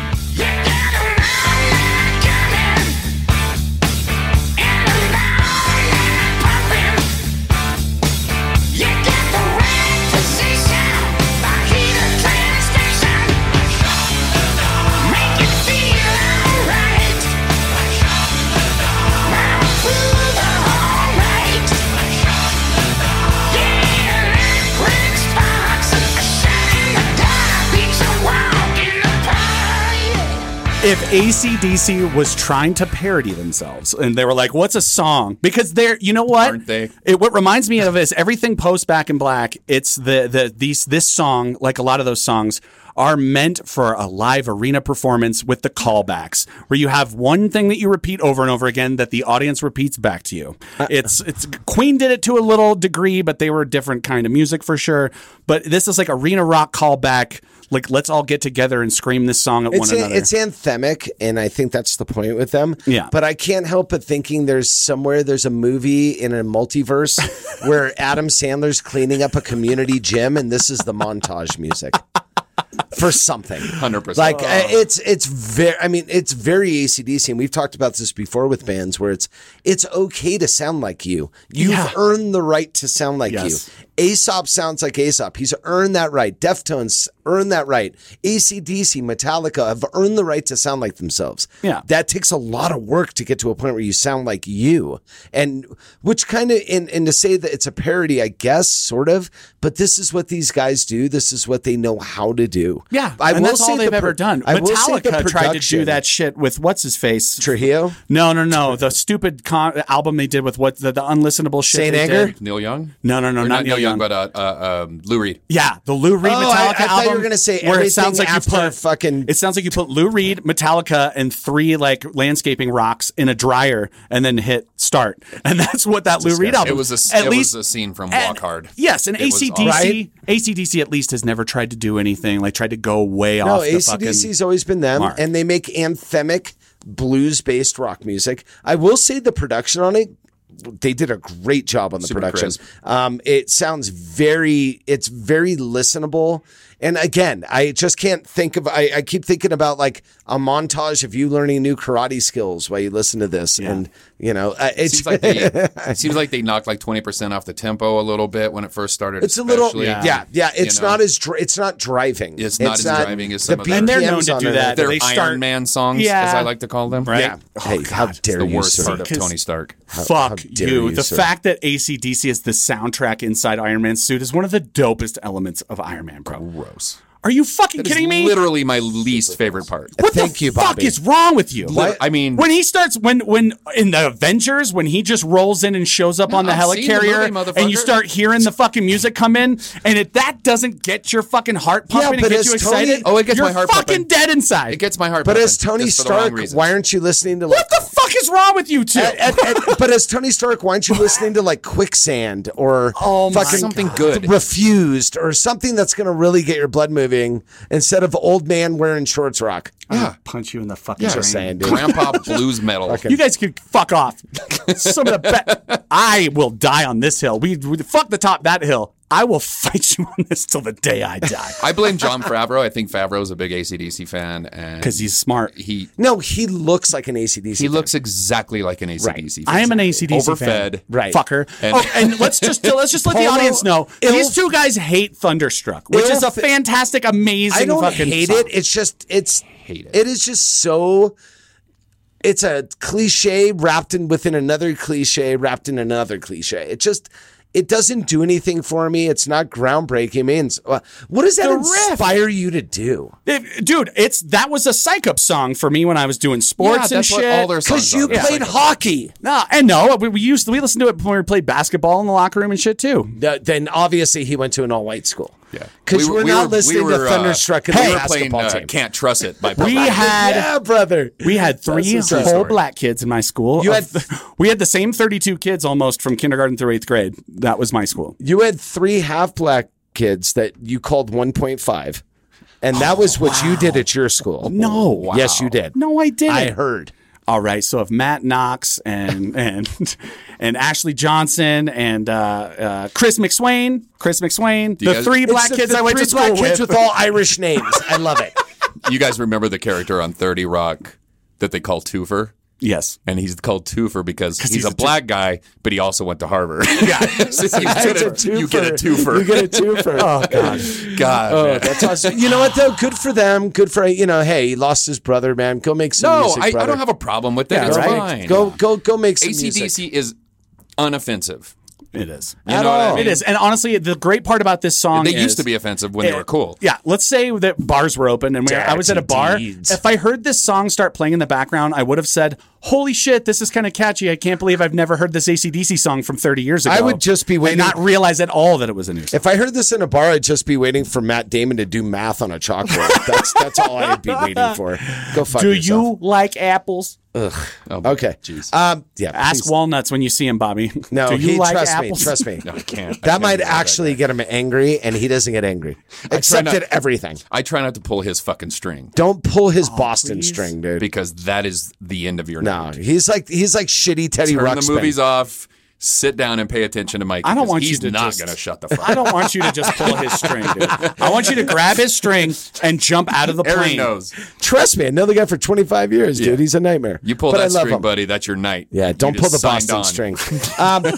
If ACDC was trying to parody themselves and they were like, what's a song? Because they're, you know what? Aren't they? It, what reminds me of is everything post Back in Black. It's the, the, these, this song, like a lot of those songs, are meant for a live arena performance with the callbacks, where you have one thing that you repeat over and over again that the audience repeats back to you. Uh, it's, it's Queen did it to a little degree, but they were a different kind of music for sure. But this is like arena rock callback. Like, let's all get together and scream this song at It's one another. a, it's anthemic, and I think that's the point with them. Yeah. but I can't help but thinking there's somewhere there's a movie in *laughs* a multiverse where Adam Sandler's cleaning up a community gym, and this is the *laughs* montage music for something. Hundred percent. Like uh, it's it's very. I mean, it's very ACDC, and we've talked about this before with bands where it's it's okay to sound like you. You've earned the right to sound like Yes. you. Aesop sounds like Aesop. He's earned that right. Deftones earned that right. ACDC, Metallica have earned the right to sound like themselves. Yeah. That takes a lot of work to get to a point where you sound like you. And which kind of, and, and to say that it's a parody, I guess, sort of, but this is what these guys do. This is what they know how to do. Yeah, I and will that's say all they've the ever pro- done. I will say the Metallica tried to do production- that shit with what's his face Trujillo. No, no, no. The stupid con- album they did with what the, the unlistenable shit. they did. Neil Young? No, no, no, Or not Neil Young. but uh, uh, um, Lou Reed. Yeah, the Lou Reed Oh, I- Metallica I thought album. you were gonna say where it everything sounds like you after put fucking. It sounds like you put Lou Reed, Metallica, and three like landscaping rocks in a dryer, and then hit start, *laughs* and that's what that Lou Reed album. It was a, at it least was a scene from and- Walk Hard. Yes, and It was ACDC, awesome. ACDC at least has never tried to do anything like tried to go way No, off. the fucking- ACDC's always been them, mark. and they make anthemic blues based rock music. I will say the production on it. They did a great job on the Super production. crisp. Um, it sounds very, it's very listenable. And again, I just can't think of. I, I keep thinking about like a montage of you learning new karate skills while you listen to this, and you know, uh, It it's seems like they, *laughs* it seems like they knocked like twenty percent off the tempo a little bit when it first started. It's a little, especially. yeah, yeah. You It's know? not as dri- it's not driving. It's not as driving as some the of their- And they're known BPMs to on do it. that. They're They Oh, Iron start- Man songs, as I Yeah. like to call them. Right. Yeah. hey, how dare the you, worst sir. part of Because- Tony Stark. How- how Fuck dare you. you, The sir. fact that ACDC is the soundtrack inside Iron Man's suit is one of the dopest elements of Iron Man, bro. Gross. Are you fucking That is kidding me? Literally my least favorite part. What Thank the you, fuck Bobby. is wrong with you? Lit- I mean- when he starts, when when in the Avengers, when he just rolls in and shows up on the I've seen the helicarrier, movie, and you motherfucker. start hearing the fucking music come in, and if that doesn't get your fucking heart Yeah, pumping but and get as you Tony- excited, Oh, it gets you're my heart fucking pumping. dead inside. It gets my heart. But as Tony Stark, why aren't you listening to *laughs* like? What the fuck is wrong with you two? At- at- at- but as Tony Stark, why aren't you listening to like quicksand or Oh my fucking *laughs* Something good. refused or something that's going to really get your blood moving instead of old man wearing shorts rock? yeah. punch you in the fucking Yeah. brain. Just saying, dude. Grandpa blues metal. You guys can fuck off. Some of the be- I will die on this hill. We, we fuck the top that hill. I will fight you on this till the day I *laughs* die. I blame John Favreau. I think Favreau's a big ACDC fan, and 'Cause he's smart. He no, he looks like an ACDC. He looks exactly like an ACDC. Fan. I am an ACDC fan. Overfed, right? Fucker. And- oh, and let's just let's just let the Polo- audience know It'll- these two guys hate Thunderstruck, which is a It'll- fantastic, amazing. I don't fucking hate song. it. It's just it's hate it. It is just so. It's a cliche wrapped in within another cliche wrapped in another cliche. It just it doesn't do anything for me. It's not groundbreaking. I mean, it's- uh, what does that The riff. inspire you to do? It- dude, it's that was a psych up song for me when I was doing Yeah, sports and that's what shit. all their 'Cause songs you are, yeah. played hockey. No, and no, we, we used we listened to it when we played basketball in the locker room and shit too. Th- Then obviously he went to an all white school. Yeah, because were- we are not were- listening we were, to uh, Thunderstruck in we the were playing, basketball uh, team. Can't trust it. By We had yeah, brother. we had three That's what's up. whole black kids in my school. You of- *laughs* we had the same thirty two kids almost from kindergarten through eighth grade. That was my school. You had three half black kids that you called 1.5, and that was what you did at your school. No, Yes, you did. No, I didn't. I heard. All right, so if Matt Knox and and and Ashley Johnson and uh, uh, Chris McSwain, Chris McSwain, Do you the guys- three It's black the- kids the I went to three black school kids with all Irish names. I love it. You guys remember the character on Thirty Rock that they call Toofer? Yes, and he's called Toofer because he's, he's a, a two- black guy, but he also went to *laughs* Harvard. *laughs* Yeah, you, get It's a, a you get a You twofer. get a twofer. Oh god. *laughs* God, Oh, man. that's awesome. You know what though? Good for them. Good for you know. Hey, he lost his brother, man. Go make some no, music. I, I brother. don't have a problem with that. Yeah, it's right? fine. Go go go make some music. ACDC is unoffensive. It is. You At know what I all. mean? It is. And honestly, the great part about this song They is, used to be offensive when they Yeah. were cool. Yeah, let's say that bars were open and we, I was at a Dirty bar. deeds. If I heard this song start playing in the background, I would have said, "Holy shit, this is kind of catchy. I can't believe I've never heard this ACDC song from 30 years ago." I would just be waiting- and not realize at all that it was a new song. If I heard this in a bar, I'd just be waiting for Matt Damon to do math on *laughs* a chalkboard. that's that's all I'd be waiting for. Go fuck Do yourself. you like apples? Okay. Oh, Jeez. Um, yeah. Ask please. walnuts when you see him, Bobby. *laughs* No, Do you he like trust apples? me. Trust me. No, I can't. I That can't might do that. actually get him angry, and he doesn't get angry. Except not- at everything. I try not to pull his fucking string Don't pull his Boston string, dude. because that is the end of your no, night. he's like he's like shitty Teddy Turn Ruxpin. the movies off. Sit down and pay attention to Mike. I don't because want you he's to not just- gonna shut the *laughs* *laughs* fuck. I don't want you to just pull his string, dude. I want you to grab his string and jump out of the Aaron plane. knows. Trust me, I know the guy for 25 years, dude. He's a nightmare. You pull But I that love string, him. buddy. That's your night. Yeah, You don't pull just the signed Boston on.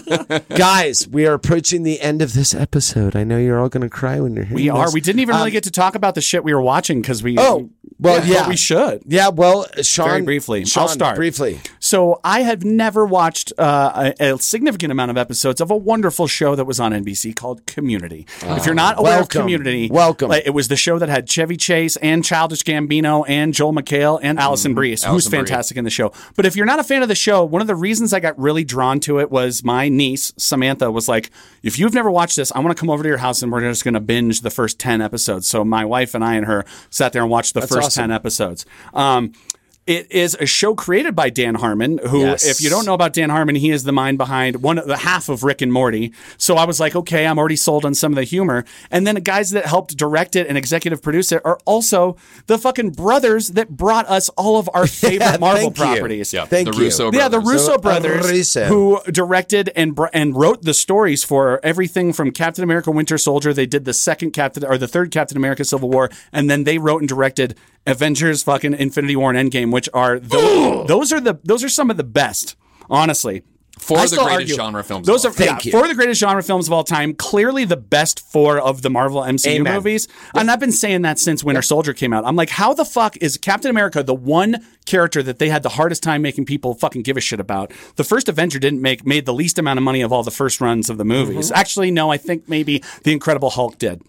*laughs* string. Um, guys, we are approaching the end of this episode. I know you're all going to cry when you're here. We are. We didn't even really get to talk about the shit we were watching because we. Um, Oh, well, but yeah. we should. Yeah, well, Sean. Very briefly. Sean, I'll start. Briefly. So I have never watched uh, a, a significant amount of episodes of a wonderful show that was on NBC called Community. if you're not aware Ah, welcome. of Community, Welcome. like, it was the show that had Chevy Chase and Childish Gambino and Joel McHale and Mm-hmm. Allison Brie, who's Allison Brie. fantastic in the show. But if you're not a fan of the show, one of the reasons I got really drawn to it was my niece Samantha was like, "If you've never watched this, I want to come over to your house and we're just going to binge the first ten episodes." So my wife and I and her sat there and watched the first awesome. ten episodes. Um, it is a show created by Dan Harmon, who, Yes. if you don't know about Dan Harmon, he is the mind behind one of the half of Rick and Morty. So I was like, okay, I'm already sold on some of the humor. And then the guys that helped direct it and executive produce it are also the fucking brothers that brought us all of *laughs* our favorite Marvel thank you. properties. Yeah, Thank the you. Russo Yeah, the brothers. Russo So, brothers Russo. who directed and br- and wrote the stories for everything from Captain America: Winter Soldier. They did the second Captain or the third Captain America: Civil War, and then they wrote and directed Avengers: fucking Infinity War and Endgame, which are *gasps* those, those are the those are some of the best, honestly. For I the still greatest argue- genre films of Those all are yeah, Thank you. four of the greatest genre films of all time. Clearly, the best four of the Marvel MCU Amen. movies. And I've been saying that since Winter Soldier came out. I'm like, how the fuck is Captain America the one character that they had the hardest time making people fucking give a shit about? The first Avenger didn't make made the least amount of money of all the first runs of the movies. Mm-hmm. Actually, no, I think maybe the Incredible Hulk did.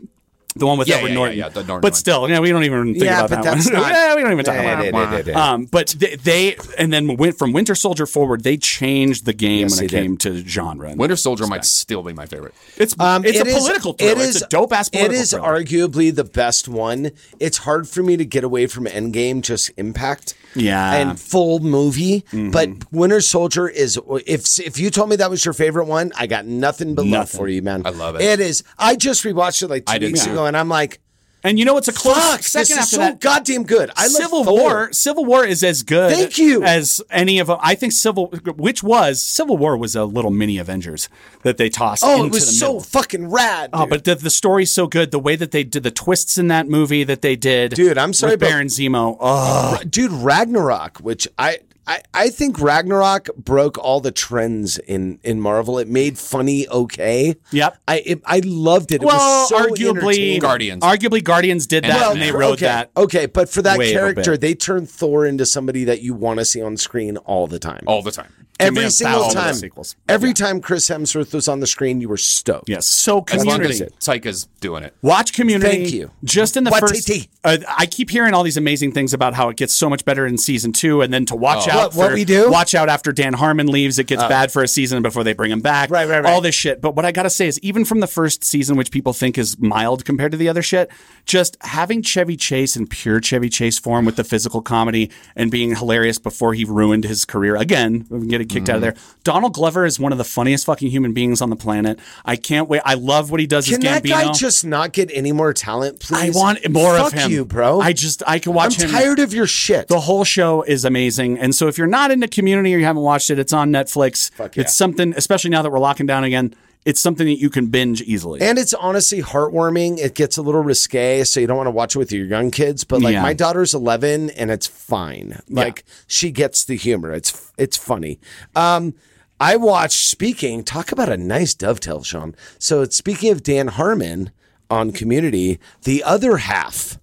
The one with Yeah, Edward yeah, yeah, Norton. yeah, the Norton but one. still, yeah, we don't even think Yeah, about but that that's one. *laughs* not- yeah, we don't even talk Yeah, about yeah, that one. yeah, yeah, Uh, yeah. Um, but they, they and then went from Winter Soldier forward. They changed the game when it they did. came to genre. Winter Soldier might still be my favorite. It's it's Um, it a is- political thriller. it's a dope ass It political is thriller. arguably the best one. It's hard for me to get away from Endgame, just impact. Yeah. Mm-hmm. and full movie. But Winter Soldier is if if you told me that was your favorite one, I got nothing but love Nothing. for you, man. I love it. It is. I just rewatched it like I two did weeks too. ago, and I'm like. And you know it's a close Fuck, second this is after so that. goddamn good. I love Civil Thor. War. Civil War is as good. Thank you. As any of them. I think Civil, which was Civil War, was a little mini Avengers that they tossed. Oh, into it the was so middle. fucking rad. Oh, but the, the story's so good. The way that they did the twists in that movie that they did. Dude, I'm sorry, with but- Baron Zemo. Oh, Ra- dude, Ragnarok, which I, I I think Ragnarok broke all the trends in in Marvel. It made funny okay. Yep. I it, I loved it. it well, was so arguably entertaining. Arguably, Guardians did that, Well, and they wrote okay, that. Okay, but for that way a little character, bit. they turned Thor into somebody that you want to see on screen all the time. Oh, all the time. Every single thousand time, sequels. every time Chris Hemsworth was on the screen, you were stoked. Yes, so As long community. as it- Taika's doing it. Watch Community. Thank you. Just in the first, Watiti. uh, I keep hearing all these amazing things about how it gets so much better in season two, and then to watch Oh. out. What- what for- we do? Watch out after Dan Harmon leaves. It gets Oh. bad for a season before they bring him back. Right, right, right. All this shit. But what I gotta say is, even from the first season, which people think is mild compared to the other shit, just having Chevy Chase in pure Chevy Chase form with the physical comedy and being hilarious before he ruined his career again, getting kicked Mm-hmm. out of there. Donald Glover is one of the funniest fucking human beings on the planet. I can't wait. I love what he does Can as that Gambino. guy just not get any more talent, I please? want more Fuck of him, you, bro. I just I can watch I'm him. tired of your shit. The whole show is amazing, and so if you're not into Community or you haven't watched it, it's on Netflix. yeah. It's something, especially now that we're locking down again. It's something that you can binge easily. And it's honestly heartwarming. It gets a little risque, so you don't want to watch it with your young kids. But like Yeah. my daughter's eleven, and it's fine. Like she gets the humor. It's it's funny. Um, I watched. Speaking, talk about a nice dovetail, Sean. So it's speaking of Dan Harmon on Community, the other half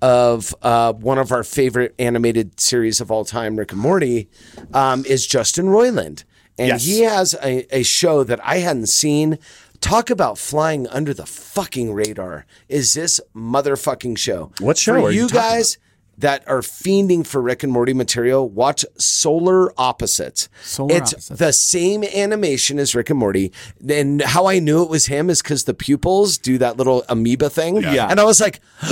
of uh, one of our favorite animated series of all time, Rick and Morty, um, is Justin Roiland. And Yes. he has a, a show that I hadn't seen. Talk about flying under the fucking radar. Is this motherfucking show? What show For are you you talking guys that are fiending for Rick and Morty material, watch Solar Opposites. Solar it's Opposites. the same animation as Rick and Morty. And how I knew it was him is because the pupils do that little amoeba thing. Yeah. And I was like, *gasps*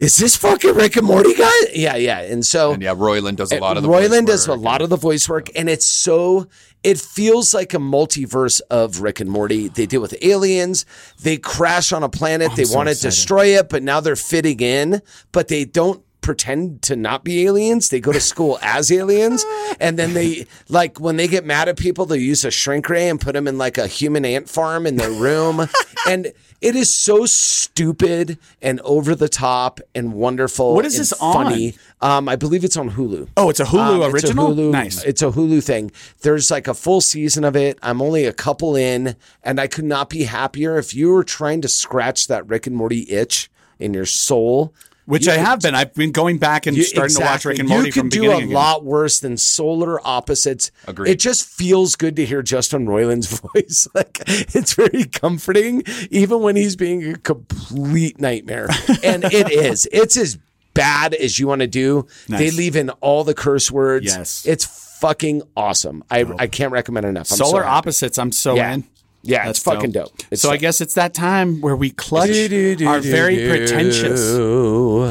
is this fucking Rick and Morty guy? Yeah, yeah. And so And yeah, Royland does a lot of the voice Royland work. does a lot of the voice work, and it's so it feels like a multiverse of Rick and Morty. They deal with aliens, they crash on a planet, they so want to excited. destroy it, but now they're fitting in, but they don't pretend to not be aliens. They go to school as aliens, and then they like when they get mad at people, they use a shrink ray and put them in like a human ant farm in their room, and. It is so stupid and over the top and wonderful. What is and this on? funny. Um, I believe it's on Hulu. Oh, it's a Hulu Um, it's a original? Hulu- Nice. It's a Hulu thing. There's like a full season of it. I'm only a couple in, and I could not be happier. If you were trying to scratch that Rick and Morty itch in your soul, which you I could- have been. I've been going back and you- starting to watch exactly. Rick and Morty You from could do beginning. a again. lot worse than Solar Opposites. Agreed. It just feels good to hear Justin Roiland's *laughs* voice. Like it's very comforting, even when he's being a complete nightmare. And *laughs* it is. It's as bad as you want to do. They Nice. leave in all the curse words. Yes. it's fucking awesome. I I can't recommend it enough. I'm so Solar happy. opposites. I'm so Yeah. in. Yeah, it's fucking dope. It's so I dope. guess it's that time where we clutch our very pretentious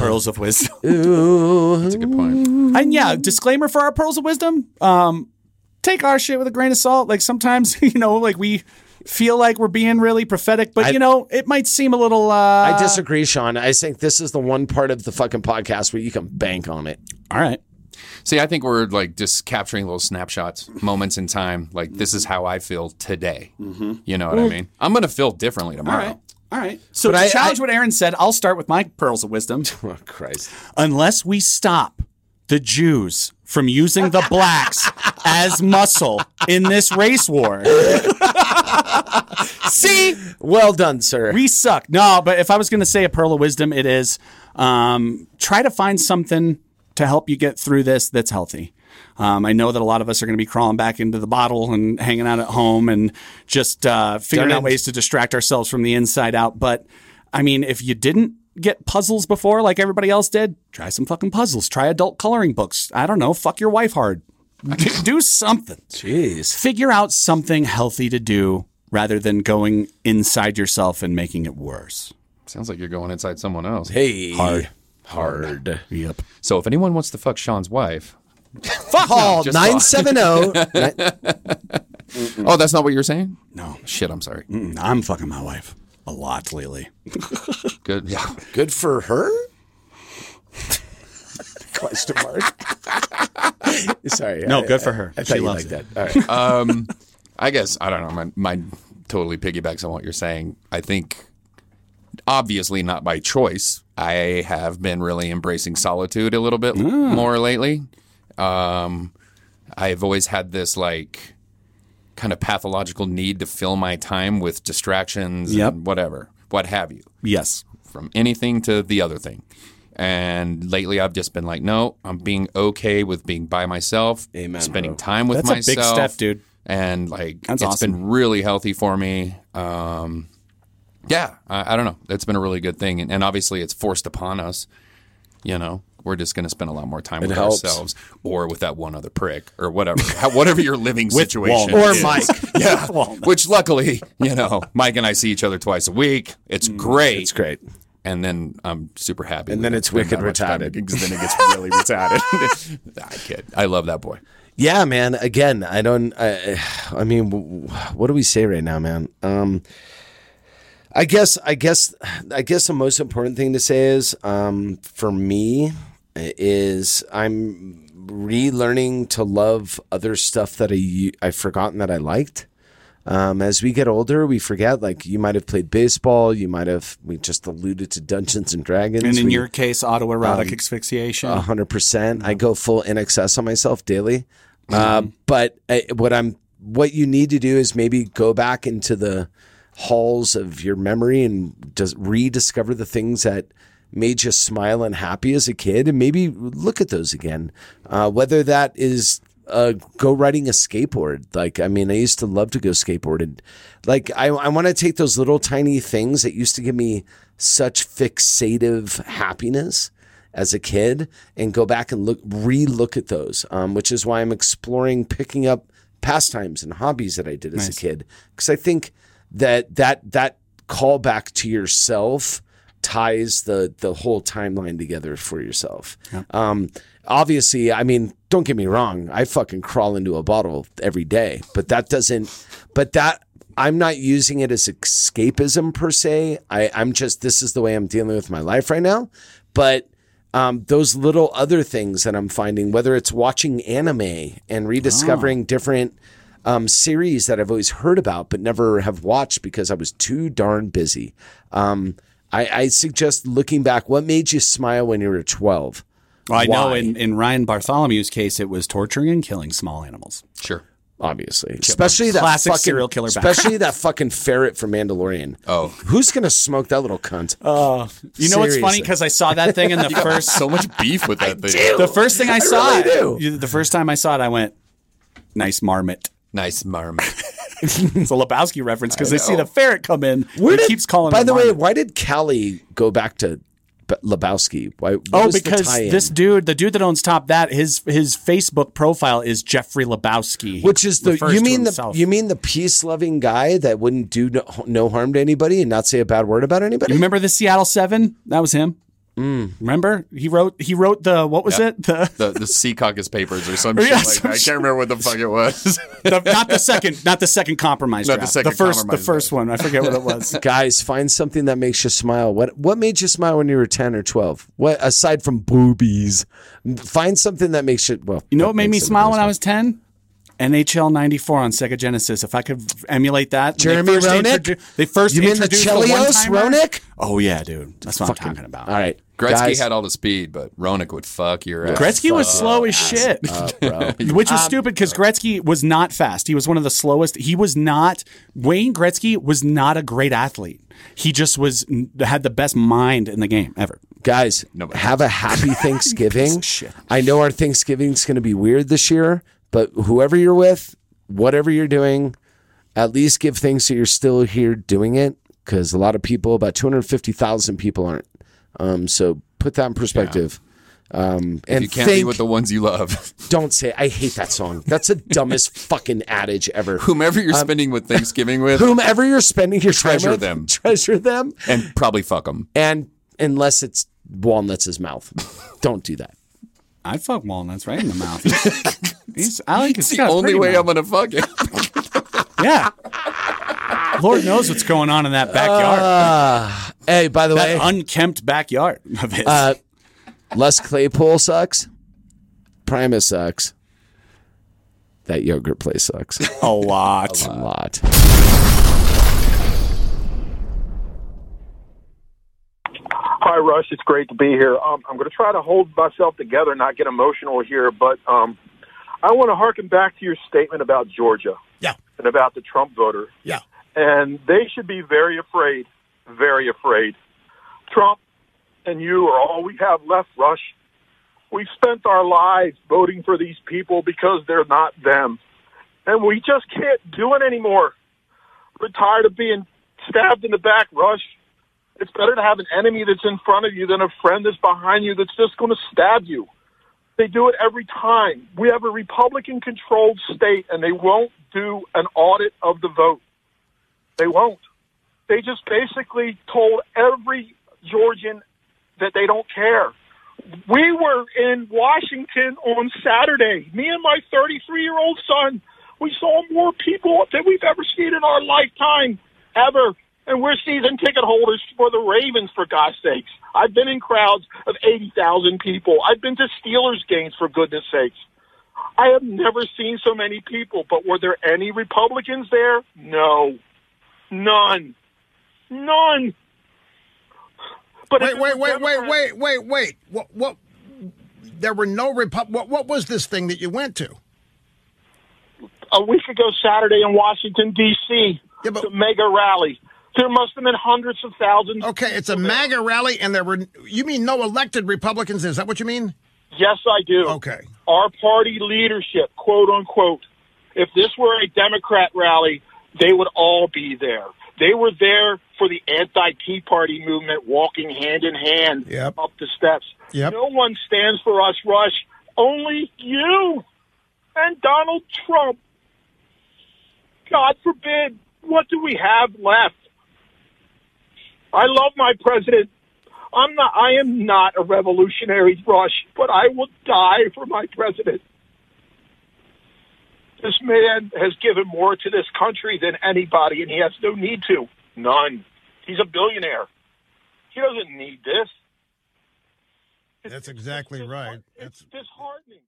pearls of wisdom. That's a good point. And yeah, disclaimer for our pearls of wisdom. Um, take our shit with a grain of salt. Like sometimes, *laughs* you know, like we feel like we're being really prophetic, but you know, it might seem a little. Uh, I disagree, Sean. I think this is the one part of the fucking podcast where you can bank on it. All right. See, I think we're like just capturing little snapshots, moments in time. Like this is how I feel today. Mm-hmm. You know what Mm. I mean? I'm gonna feel differently All tomorrow. right. All right. So But to I- challenge I- what Aaron said, I'll start with my pearls of wisdom. *laughs* Oh Christ. *laughs* Unless we stop the Jews from using the blacks as muscle in this race *laughs* war. See, Well done, sir. We suck. No, but if I was going to say a pearl of wisdom, it is um, try to find something to help you get through this that's healthy. Um, I know that a lot of us are going to be crawling back into the bottle and hanging out at home and just uh, figuring out Darn. ways to distract ourselves from the inside out. But I mean, if you didn't get puzzles before like everybody else did, try some fucking puzzles. Try adult coloring books. I don't know. Fuck your wife hard. *laughs* Do something Jeez. figure out something healthy to do rather than going inside yourself and making it worse. Sounds like you're going inside someone else. Hey. Hard. Hard. Yep. So if anyone wants to fuck Sean's wife, Call just 970. *laughs* Mm. oh, that's not what you're saying. No. Shit, I'm sorry. Mm, I'm fucking my wife. a lot lately. Good. Yeah. Good for her? *laughs* Question mark. *laughs* Sorry. No, I- good for I- her. I, She thought you loves liked it. that. All right. um, I guess I don't know. My my totally piggybacks on what you're saying. I think obviously not by choice. I have been really embracing solitude a little bit more lately. Um, I've always had this like kind of pathological need to fill my time with distractions Yep. and whatever, what have you. Yes. From anything to the other thing. And lately, I've just been like, no, I'm being okay with being by myself, spending time with That's a big myself, step, dude. And like, it's That's awesome. been really healthy for me. Um, yeah, I, I don't know. That's been a really good thing, and, and obviously, it's forced upon us. You know, we're just going to spend a lot more time It with helps. ourselves, or with that one other prick, or whatever, How- whatever your living situation Walnut. Or *laughs* is. Mike. yeah. Which luckily, you know, Mike and I see each other twice a week. It's great. It's great. And then I'm super happy. And with then it. it's wicked that much time retarded. because *laughs* then it gets really retarded. I kid. I love that boy. Yeah, man. Again, I don't. I, I mean, w- what do we say right now, man? Um, I guess, I guess, I guess the most important thing to say is, um, for me, is I'm relearning to love other stuff that I u- I've forgotten that I liked. Um, as we get older, we forget. Like you might have played baseball. You might have. We just alluded to Dungeons and Dragons. And in we- your case, autoerotic Um, asphyxiation. a hundred percent. I go full in excess on myself daily. Uh, but I, what I'm, what you need to do is maybe go back into the halls of your memory and just rediscover the things that made you smile and happy as a kid, and maybe look at those again. Uh, whether that is uh, go riding a skateboard. Like, I mean, I used to love to go skateboard. And like, I, I want to take those little tiny things that used to give me such fixative happiness as a kid and go back and look, re look at those, um, which is why I'm exploring picking up pastimes and hobbies that I did as a kid. Cause I think that, that, that callback to yourself ties the the whole timeline together for yourself. Um, obviously, I mean, don't get me wrong, I fucking crawl into a bottle every day, but that doesn't. But that I'm not using it as escapism per se. I, I'm just this is the way I'm dealing with my life right now. But um, those little other things that I'm finding, whether it's watching anime and Ah. rediscovering different um, series that I've always heard about but never have watched because I was too darn busy. Um, I, I suggest looking back. What made you smile when you were 12? Well, I know Why? in, in Ryan Bartholomew's case, it was torturing and killing small animals. Sure. Obviously. Especially that Classic fucking, serial killer background. Especially *laughs* that fucking ferret from Mandalorian. Oh. Who's going to smoke that little cunt? Oh, you know what's funny? Because I saw that thing in *laughs* the first. So much beef with that thing. The first thing I, I saw really it, you- the first time I saw it, I went, "Nice *laughs* marmot." Nice marmot. it's a Lebowski reference because I they see know. the ferret come in. Where he did- keeps calling. By it the way, marmot. why did Callie go back to B- Lebowski? Why? what Oh, was the because tie-in? this dude, the dude that owns Top That, his his Facebook profile is Jeffrey Lebowski, He Which is the refers you to mean the himself. you mean the peace loving guy that wouldn't do no, no harm to anybody and not say a bad word about anybody? You remember the Seattle Seven? That was him. Mm. Remember he wrote he wrote the what was Yeah. it the, The the Seacaucus papers or *laughs* some Yeah, shit like some that. I shit. can't remember what the fuck it was. *laughs* the not the second not the second compromise Not the draft. second first the compromise first one I forget what it *laughs* was Guys, find something that makes you smile. What what made you smile when you were ten or twelve? What aside from boobies, find something that makes you well. You know that what made me makes smile when I everybody was 10? NHL 94 on Sega Genesis. If I could emulate that. Jeremy they first Roenick? introdu- they first You mean the introduced Chelios one-timer. Roenick? Oh, yeah, dude. That's what I'm talking about. All right, Gretzky guys, had all the speed, but Ronick would fuck your ass. Gretzky was slow as shit, *laughs* which was stupid because Gretzky was not fast. He was one of the slowest. He was not Wayne Gretzky was not a great athlete. He just was had the best mind in the game ever. guys, Nobody. have *laughs* a happy Thanksgiving. Shit. I know our Thanksgiving's going to be weird this year, but whoever you're with, whatever you're doing, at least give thanks that you're still here doing it because a lot of people, about 250,000 people aren't. Um, so put that in perspective. Um, If and you can't be thank- with the ones you love. *laughs* don't say, I hate that song. That's the dumbest fucking adage ever. Whomever Um, you're spending with Thanksgiving with, Whomever you're spending your time Treasure with, them. *laughs* treasure them. and probably fuck them. And unless it's walnuts' mouth, don't do that. I fuck walnuts right in the mouth. He's, I like It's the only way I'm gonna fuck it. Yeah. Lord knows what's going on in that backyard. hey, by the way, unkempt backyard of his. Uh, Les Claypool sucks. Primus sucks. That yogurt place sucks. A lot. *laughs* A lot. Hi, Rush. It's great to be here. Um, I'm going to try to hold myself together, and not get emotional here, but um, I want to harken back to your statement about Georgia. Yeah. And about the Trump voter. Yeah. And they should be very afraid, very afraid. Trump and you are all we have left, Rush. We've spent our lives voting for these people because they're not them. And we just can't do it anymore. We're tired of being stabbed in the back, Rush. It's better to have an enemy that's in front of you than a friend that's behind you that's just going to stab you. They do it every time. We have a Republican controlled state and they won't do an audit of the vote. They won't. They just basically told every Georgian that they don't care. We were in Washington on Saturday. Me and my 33 year old son, we saw more people than we've ever seen in our lifetime, ever. And we're season ticket holders for the Ravens, for God's sakes. I've been in crowds of 80,000 people. I've been to Steelers games, for goodness sakes. I have never seen so many people, but were there any Republicans there? No. None. None. But wait, wait, wait, wait, wait, wait, wait. What? What? There were no Repub. What? What was this thing that you went to? a week ago Saturday in Washington D.C. the mega rally. There must have been hundreds of thousands. Okay, it's a MAGA rally, and there were. You mean no elected Republicans? Is that what you mean? Yes, I do. Okay. Our party leadership, quote unquote. If this were a Democrat rally, they would all be there. They were there for the anti Tea Party movement, walking hand in hand Yep. up the steps. Yep. No one stands for us, Rush. Only you and Donald Trump. God forbid. What do we have left? I love my president. I'm not. I am not a revolutionary, Rush, but I will die for my president. This man has given more to this country than anybody, and he has no need to. None. He's a billionaire. He doesn't need this. That's exactly right. That's Disheartening.